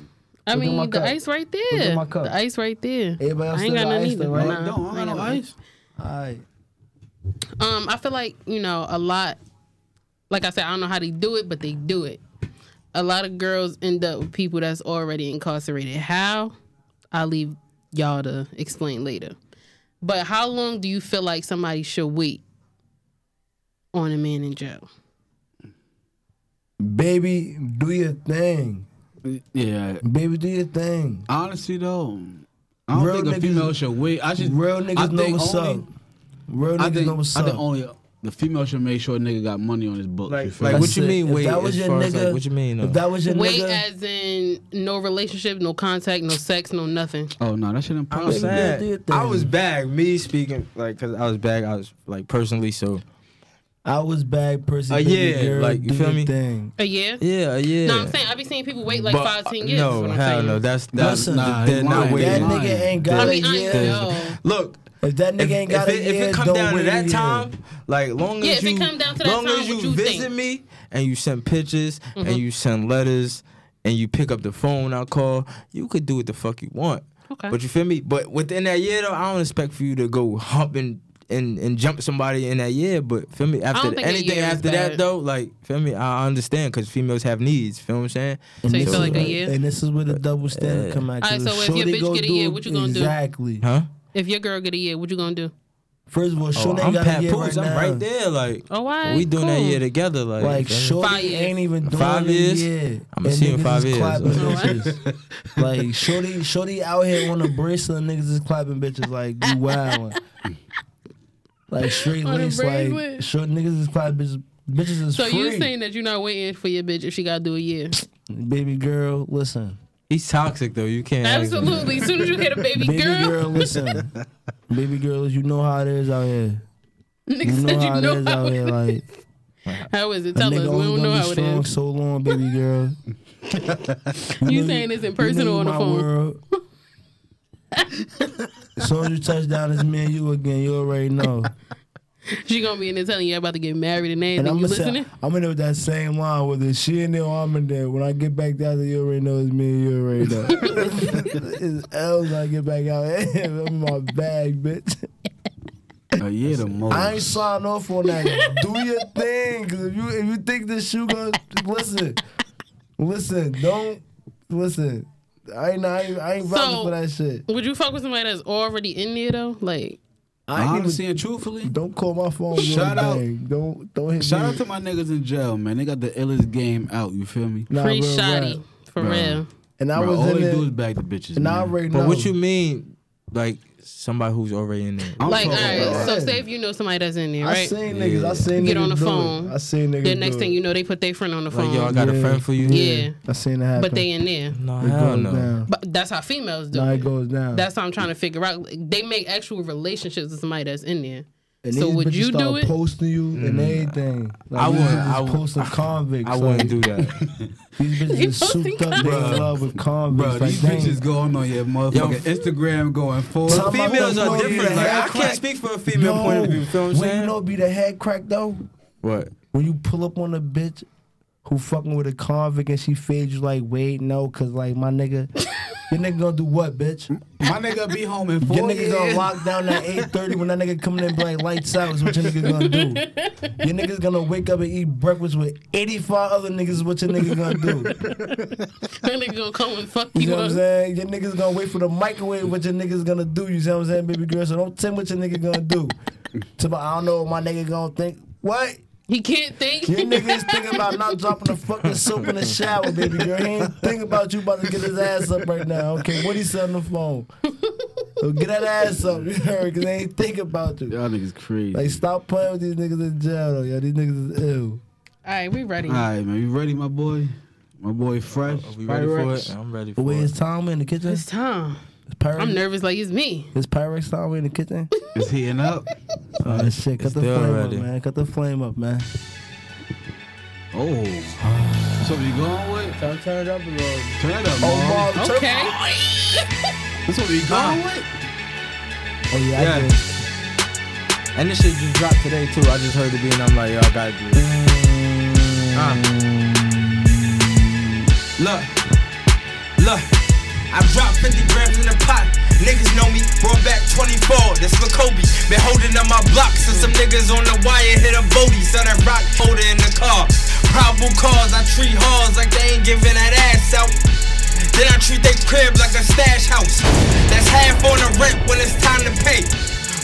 Speaker 1: at
Speaker 3: mean,
Speaker 1: my
Speaker 3: the
Speaker 1: cup.
Speaker 3: ice right
Speaker 1: at
Speaker 3: there.
Speaker 1: my cup.
Speaker 3: The ice right there.
Speaker 1: Everybody else
Speaker 3: I ain't
Speaker 1: still
Speaker 3: got
Speaker 1: got
Speaker 3: none
Speaker 1: ice
Speaker 3: either.
Speaker 1: though, right?
Speaker 3: Nah,
Speaker 2: no, I
Speaker 3: ain't
Speaker 2: don't got no
Speaker 3: none.
Speaker 2: ice.
Speaker 1: All right.
Speaker 3: Um, I feel like you know a lot. Like I said, I don't know how they do it, but they do it. A lot of girls end up with people that's already incarcerated. How? I'll leave y'all to explain later. But how long do you feel like somebody should wait on a man in jail?
Speaker 1: Baby, do your thing.
Speaker 2: Yeah.
Speaker 1: Baby, do your thing.
Speaker 2: Honestly, though, I don't
Speaker 1: Real
Speaker 2: think a
Speaker 1: niggas-
Speaker 2: female should wait. I should.
Speaker 1: Real
Speaker 2: I
Speaker 1: niggas know
Speaker 2: think
Speaker 1: what's
Speaker 2: only,
Speaker 1: up. Real
Speaker 2: I
Speaker 1: niggas
Speaker 2: think,
Speaker 1: know what's
Speaker 2: I
Speaker 1: up.
Speaker 2: think only the female should make sure a nigga got money on his books. you feel
Speaker 4: Like,
Speaker 2: me?
Speaker 4: what you
Speaker 1: it.
Speaker 4: mean
Speaker 1: If
Speaker 4: wait,
Speaker 1: that was
Speaker 4: as
Speaker 1: your
Speaker 4: far as, like,
Speaker 1: nigga-
Speaker 4: what you mean,
Speaker 1: If
Speaker 4: though?
Speaker 1: that was your
Speaker 3: Wait,
Speaker 1: nigga,
Speaker 3: as in no relationship, no contact, no sex, no nothing.
Speaker 2: oh no, that shit
Speaker 4: I'm
Speaker 2: impossible.
Speaker 1: Nigga, do your
Speaker 4: saying
Speaker 1: thing.
Speaker 4: I was back. Me speaking like because I was back. I was like personally. So
Speaker 1: I was bag person.
Speaker 4: Uh,
Speaker 1: baby
Speaker 4: yeah,
Speaker 1: girl,
Speaker 4: like, you
Speaker 1: do
Speaker 4: feel
Speaker 1: your
Speaker 4: me?
Speaker 1: Thing.
Speaker 3: A year?
Speaker 4: yeah, yeah.
Speaker 3: No, I'm saying I be seeing people wait like
Speaker 4: But,
Speaker 3: five,
Speaker 4: uh,
Speaker 3: ten years.
Speaker 4: No,
Speaker 3: is what I'm
Speaker 4: hell
Speaker 3: saying.
Speaker 4: no. That's that's
Speaker 1: Listen,
Speaker 4: not,
Speaker 2: Nah,
Speaker 4: they're
Speaker 2: he
Speaker 4: not
Speaker 2: lying.
Speaker 4: waiting.
Speaker 1: That
Speaker 2: lying.
Speaker 1: nigga ain't
Speaker 3: I
Speaker 1: got
Speaker 3: mean,
Speaker 1: a
Speaker 3: I
Speaker 1: year.
Speaker 3: know.
Speaker 4: Look,
Speaker 1: If that nigga
Speaker 4: if,
Speaker 1: ain't got
Speaker 4: if
Speaker 1: a
Speaker 4: it,
Speaker 1: year,
Speaker 4: if it come
Speaker 1: don't
Speaker 4: down to
Speaker 1: wait a
Speaker 4: that
Speaker 1: year.
Speaker 4: time, like long
Speaker 3: Yeah,
Speaker 4: as
Speaker 3: if
Speaker 4: you
Speaker 3: it come down to that
Speaker 4: long
Speaker 3: time,
Speaker 4: as
Speaker 3: what
Speaker 4: you,
Speaker 3: you
Speaker 4: visit
Speaker 3: think? Mm-hmm.
Speaker 4: me and you send pictures and you send letters and you pick up the phone, I call. You could do what the fuck you want.
Speaker 3: Okay.
Speaker 4: But you feel me? But within that year though, I don't expect for you to go hump and and, and jump somebody in that year. But feel me? After
Speaker 3: don't think a
Speaker 4: anything
Speaker 3: year is
Speaker 4: after
Speaker 3: bad.
Speaker 4: that though, like feel me? I I understand because females have needs. Feel what I'm saying?
Speaker 3: So you
Speaker 1: this
Speaker 3: feel
Speaker 1: is
Speaker 3: like a
Speaker 1: where-
Speaker 3: year?
Speaker 1: And this is where the double standard come out.
Speaker 3: All right, so if your bitch get a year, what you gonna do?
Speaker 1: exactly. do? Exactly.
Speaker 4: Huh?
Speaker 3: If your girl get a year, what you gonna do?
Speaker 1: First of all,
Speaker 4: Oh,
Speaker 1: Shorty
Speaker 4: I'm
Speaker 1: ain't got
Speaker 4: Pat
Speaker 1: a year right
Speaker 4: Poops. I'm
Speaker 1: now.
Speaker 4: right there. Like
Speaker 3: Oh, why?
Speaker 4: we doing that
Speaker 3: Cool.
Speaker 4: year together. Like,
Speaker 1: Like
Speaker 4: feel me?
Speaker 1: Shorty
Speaker 3: Five years.
Speaker 1: ain't even doing
Speaker 4: Five
Speaker 1: it
Speaker 4: years?
Speaker 1: yet.
Speaker 4: I'ma
Speaker 1: And
Speaker 4: see you in
Speaker 1: niggas
Speaker 4: five
Speaker 1: is
Speaker 4: years.
Speaker 1: clapping
Speaker 4: Oh,
Speaker 3: what?
Speaker 1: bitches. like Shorty, Shorty out here on the bracelet, and niggas is clapping bitches like you wildin'. like straight
Speaker 3: On the
Speaker 1: lace, like
Speaker 3: bracelet.
Speaker 1: short niggas is clapping bitches. Bitches is
Speaker 3: So you
Speaker 1: free.
Speaker 3: saying that you're not waiting for your bitch if she gotta do a year?
Speaker 1: Baby girl, listen.
Speaker 4: He's toxic though. You can't ask him.
Speaker 3: Absolutely. As soon as you hit a baby,
Speaker 1: Baby
Speaker 3: girl,
Speaker 1: girl, listen. Baby girls, you know how it is out here. You
Speaker 3: nigga
Speaker 1: know
Speaker 3: said
Speaker 1: how
Speaker 3: you
Speaker 1: it
Speaker 3: know
Speaker 1: is
Speaker 3: how
Speaker 1: out here.
Speaker 3: it
Speaker 1: Like
Speaker 3: is. How is it?
Speaker 1: a
Speaker 3: Tell us.
Speaker 1: nigga
Speaker 3: We
Speaker 1: only
Speaker 3: don't know
Speaker 1: gonna
Speaker 3: how
Speaker 1: be
Speaker 3: it
Speaker 1: strong
Speaker 3: is.
Speaker 1: so long, baby girl.
Speaker 3: You
Speaker 1: know
Speaker 3: saying this
Speaker 1: You
Speaker 3: in person
Speaker 1: know
Speaker 3: or on the
Speaker 1: my
Speaker 3: phone?
Speaker 1: world. as soon as you touch down, it's me and you again. You already know.
Speaker 3: She gonna be in there telling you about to get married and everything.
Speaker 1: And I'm
Speaker 3: You
Speaker 1: gonna say,
Speaker 3: listening?
Speaker 1: I'm gonna with that same line with it. She in there, I'm in there. When I get back down, you already know it's me and you already know. it's L's when I get back out. I'm in my bag, bitch.
Speaker 2: a year the most.
Speaker 1: I ain't sign off on that. Do your thing. 'cause if you if you think this shoe gonna listen, listen, don't listen. I ain't I ain't, I ain't vouching
Speaker 3: So-
Speaker 1: for that shit.
Speaker 3: Would you fuck with somebody that's already in there though? Like,
Speaker 1: I ain't even,
Speaker 2: Honestly and truthfully,
Speaker 1: don't call my phone. real
Speaker 2: Shout out-
Speaker 1: bang. Don't don't hit
Speaker 2: shout
Speaker 1: me.
Speaker 2: out to my niggas in jail, man. They got the illest game out. You feel me?
Speaker 1: Nah,
Speaker 3: free
Speaker 1: real
Speaker 3: shoddy.
Speaker 1: rap.
Speaker 3: For
Speaker 2: Bruh.
Speaker 3: real.
Speaker 1: And I
Speaker 2: Bro,
Speaker 1: was
Speaker 2: all
Speaker 1: in
Speaker 2: they
Speaker 1: there.
Speaker 2: do is bag the bitches.
Speaker 1: and I
Speaker 2: man.
Speaker 1: already know.
Speaker 4: But what you mean, like somebody who's already in there?
Speaker 2: I'm
Speaker 3: Like, all
Speaker 2: talking
Speaker 3: right.
Speaker 2: about-
Speaker 3: So say if you know somebody that's in there,
Speaker 1: I
Speaker 3: right?
Speaker 1: seen niggas. I seen
Speaker 3: Get
Speaker 1: niggas
Speaker 3: on the
Speaker 1: do it.
Speaker 3: phone.
Speaker 1: I seen niggas.
Speaker 3: The next
Speaker 1: do
Speaker 3: thing
Speaker 1: it.
Speaker 3: you know, they put their friend on the phone.
Speaker 4: Like yo, I got a
Speaker 1: Yeah.
Speaker 4: friend for you.
Speaker 3: yeah.
Speaker 1: I seen it happen.
Speaker 3: But they in there.
Speaker 4: No,
Speaker 1: it
Speaker 4: hell
Speaker 1: goes
Speaker 4: no.
Speaker 1: down.
Speaker 3: But that's how females do.
Speaker 1: Nah,
Speaker 3: it.
Speaker 1: it goes down.
Speaker 3: That's what I'm trying to figure out. They make actual relationships with somebody that's in there.
Speaker 1: And
Speaker 3: So
Speaker 1: these
Speaker 3: would
Speaker 1: bitches
Speaker 3: you do
Speaker 1: start
Speaker 3: it?
Speaker 1: Posting you and everything. Like,
Speaker 4: Mm. I
Speaker 1: these
Speaker 4: wouldn't-
Speaker 1: bitches
Speaker 4: I would-
Speaker 1: posting convicts.
Speaker 4: I wouldn't
Speaker 1: like,
Speaker 4: do that.
Speaker 1: These bitches
Speaker 3: You
Speaker 1: is
Speaker 3: don't
Speaker 1: souped
Speaker 3: think
Speaker 1: up.
Speaker 3: I-
Speaker 1: They
Speaker 4: Bruh.
Speaker 1: in love with
Speaker 2: Bro,
Speaker 1: convicts.
Speaker 2: these
Speaker 1: like,
Speaker 2: bitches
Speaker 1: damn.
Speaker 2: going on your motherfucking
Speaker 4: Yo,
Speaker 2: Instagram going full.
Speaker 1: Tell my
Speaker 4: Females
Speaker 1: mother
Speaker 4: are
Speaker 1: know
Speaker 4: different.
Speaker 1: you had
Speaker 4: Like, I can't
Speaker 1: crack.
Speaker 4: speak for a female point of view. You feel what I'm
Speaker 1: when
Speaker 4: saying?
Speaker 1: you know be the head crack though,
Speaker 4: what?
Speaker 1: when you pull up on a bitch who fucking with a convict and she fades you like, wait, no, cause like my nigga, your nigga gonna do what, bitch?
Speaker 2: My nigga be home in four
Speaker 1: Your nigga
Speaker 2: years.
Speaker 1: gonna lock down at 8.30 when that nigga coming in and be like, lights out is what your nigga gonna do. Your nigga's gonna wake up and eat breakfast with 85 other niggas is what your nigga gonna do.
Speaker 3: That nigga gonna come and fuck
Speaker 1: You
Speaker 3: you
Speaker 1: know what I'm
Speaker 3: up.
Speaker 1: saying? Your nigga's gonna wait for the microwave what your nigga's gonna do. You see what I'm saying, baby girl? So don't tell me what your nigga gonna do. To my, I don't know what my nigga gonna think. What?
Speaker 3: He can't think.
Speaker 1: Your nigga is thinking about not dropping the fucking soap in the shower, baby girl. He ain't thinking about you about to get his ass up right now. Okay, what he said on the phone? So get that ass up, you heard? Cause they ain't thinking about you.
Speaker 2: Y'all niggas crazy.
Speaker 1: Like, stop playing with these niggas in jail, though, yo. These niggas is ill.
Speaker 3: All right, we ready.
Speaker 2: All right, man. You ready, my boy? My boy, fresh.
Speaker 4: Are we ready for
Speaker 2: Pyrex.
Speaker 4: it? I'm ready for
Speaker 1: Wait, is
Speaker 4: it.
Speaker 1: Tom in the kitchen?
Speaker 3: It's
Speaker 1: Is
Speaker 3: time.
Speaker 1: Pyrex,
Speaker 3: I'm nervous like it's me.
Speaker 1: is Pyrex Tom in the kitchen?
Speaker 2: It's heating up.
Speaker 1: Oh, shit. Cut
Speaker 4: It's
Speaker 1: the
Speaker 4: there
Speaker 1: flame
Speaker 4: already.
Speaker 1: up, man. Cut the flame up, man.
Speaker 2: Oh. So you going with?
Speaker 4: Turn, turn it up a little.
Speaker 2: Turn it up,
Speaker 1: Oh,
Speaker 2: man.
Speaker 1: Mom, turn-
Speaker 3: Okay.
Speaker 2: That's what we going with.
Speaker 1: Oh, yeah, I
Speaker 4: Yeah.
Speaker 1: did.
Speaker 4: And this shit just dropped today too. I just heard the beat and I'm like, yo, I gotta do it. Look, look, I dropped 50 grams in the pot. Niggas know me, brought back 24. That's for Kobe. Been holding up my block since some niggas on the wire hit a booty. So that rock holder in the car. Probable cause, I treat halls like they ain't giving that ass out. Then I treat they crib like a stash house. That's half on the rent when it's time to pay.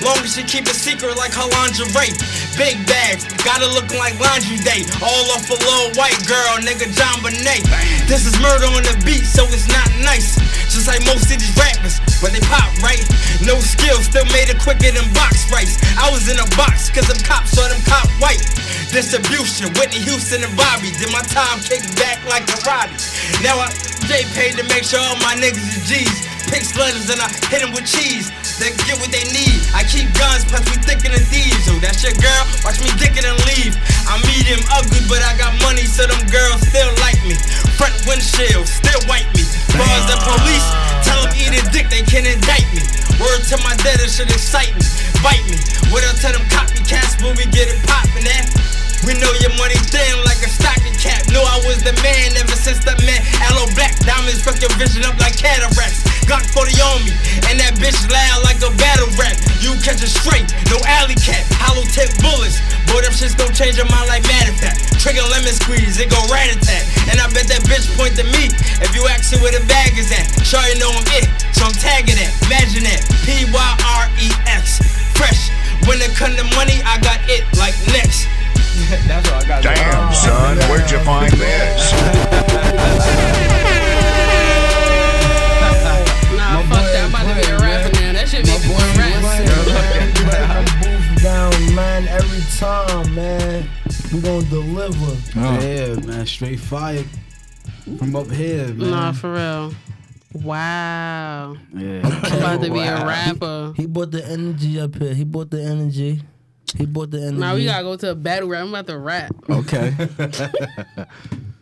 Speaker 4: Long as she keep it secret like her lingerie. Big bags, gotta look like laundry day. All off a little white girl, nigga John Bonet. This is murder on the beat, so it's not nice. Just like most of these rappers, but they pop right. No skill, still made it quicker than box rice. I was in a box, cause them cops saw them cop white. Distribution, Whitney Houston and Bobby. Did my time kick back like karate. Now I J paid to make sure all my niggas is G's. Picks letters and I hit 'em with cheese. They get what they need. I keep guns, plus we thicker than thieves. Oh, that's your girl. Watch me dicker and leave. I medium ugly, but I got money, so them girls still like me. Front windshield, still white me. Far as the police, tell them eat a dick, they can indict me. Word to my dead, it should excite me, bite me. What else tell them copycats when we get it poppin' eh? at? We know your money thin like a stocking cap. Knew I was the man ever since that man Aloe Black. Diamonds fuck your vision up like cataracts. Glock 40 on me, and that bitch loud like a battle rap. You catch a straight, no alley cat. Hollow tip bullets. Boy, them shits gon' change your mind like matter of fact. Trigger lemon squeeze, it go rat attack. And I bet that bitch point to me if you ask her where the bag is at. Sure you know I'm it, so I'm tagging that. Imagine that. P Y R E X. Fresh. When it come to money, I got it like next. That's all I got.
Speaker 5: Damn, son, where'd you find this?
Speaker 3: Nah, fuck that. I'm about to be a rapper now. That shit make me want to rap.
Speaker 1: booth down, man, every time, man. We gonna deliver.
Speaker 2: Yeah, man, straight fire from up here, man.
Speaker 3: Nah, for real. Wow.
Speaker 2: yeah.
Speaker 3: I'm about to be a rapper.
Speaker 1: He brought the energy up here. He brought the energy. He brought the energy.
Speaker 3: Now we gotta go to a battle rap. I'm about to rap.
Speaker 2: Okay.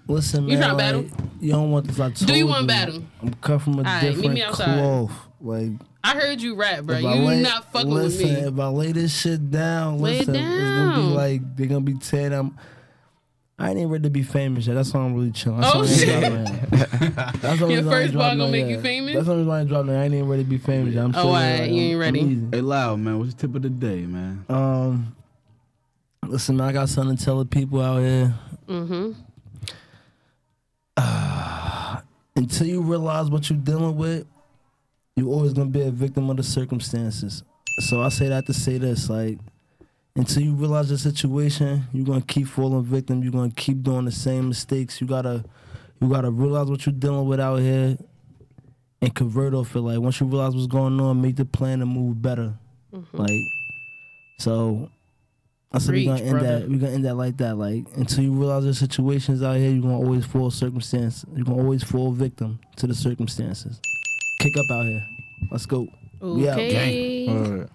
Speaker 1: Listen,
Speaker 3: You
Speaker 1: man.
Speaker 3: trying battle?
Speaker 1: like, You don't want this. I told
Speaker 3: you want battle?
Speaker 1: I'm cut from a
Speaker 3: right, meet
Speaker 1: different
Speaker 3: me outside.
Speaker 1: cloth. Like,
Speaker 3: I heard you rap, bro.
Speaker 1: if
Speaker 3: You
Speaker 1: I lay-
Speaker 3: not fucking
Speaker 1: listen,
Speaker 3: with me.
Speaker 1: If I lay this shit down,
Speaker 3: Lay it
Speaker 1: listen, it's gonna
Speaker 3: down.
Speaker 1: be like they're gonna be ten. I'm. I ain't even ready to be famous yet. That's why I'm really chilling.
Speaker 3: Oh, shit.
Speaker 1: That's the
Speaker 3: Your
Speaker 1: reason I ain't
Speaker 3: first ball
Speaker 1: dropping
Speaker 3: gonna
Speaker 1: that
Speaker 3: make you
Speaker 1: yet.
Speaker 3: famous?
Speaker 1: That's the reason why I ain't dropping. that. I ain't even ready to be famous. yet. I'm
Speaker 3: Oh,
Speaker 1: chilling,
Speaker 3: alright,
Speaker 1: like,
Speaker 3: you
Speaker 1: I'm-
Speaker 3: ain't
Speaker 1: I'm
Speaker 3: ready.
Speaker 1: easy.
Speaker 2: hey, Loud, man, what's the tip of the day, man?
Speaker 1: Um, listen, I got something to tell the people out here.
Speaker 3: Mm-hmm.
Speaker 1: Until you realize what you're dealing with, you're always gonna be a victim of the circumstances. So I say that to say this, like, until you realize the situation, you're gonna keep falling victim. You're gonna keep doing the same mistakes. You gotta, you gotta realize what you're dealing with out here, and convert off it. Like once you realize what's going on, make the plan to move better.
Speaker 3: Mm-hmm.
Speaker 1: Like, so I said
Speaker 3: Preach,
Speaker 1: we're gonna end
Speaker 3: brother.
Speaker 1: that. We're gonna end that like that. Like until you realize the situations out here, you're gonna always fall circumstance. You're gonna always fall victim to the circumstances. Kick up out here. Let's go. We out.
Speaker 3: Okay.
Speaker 6: Alright.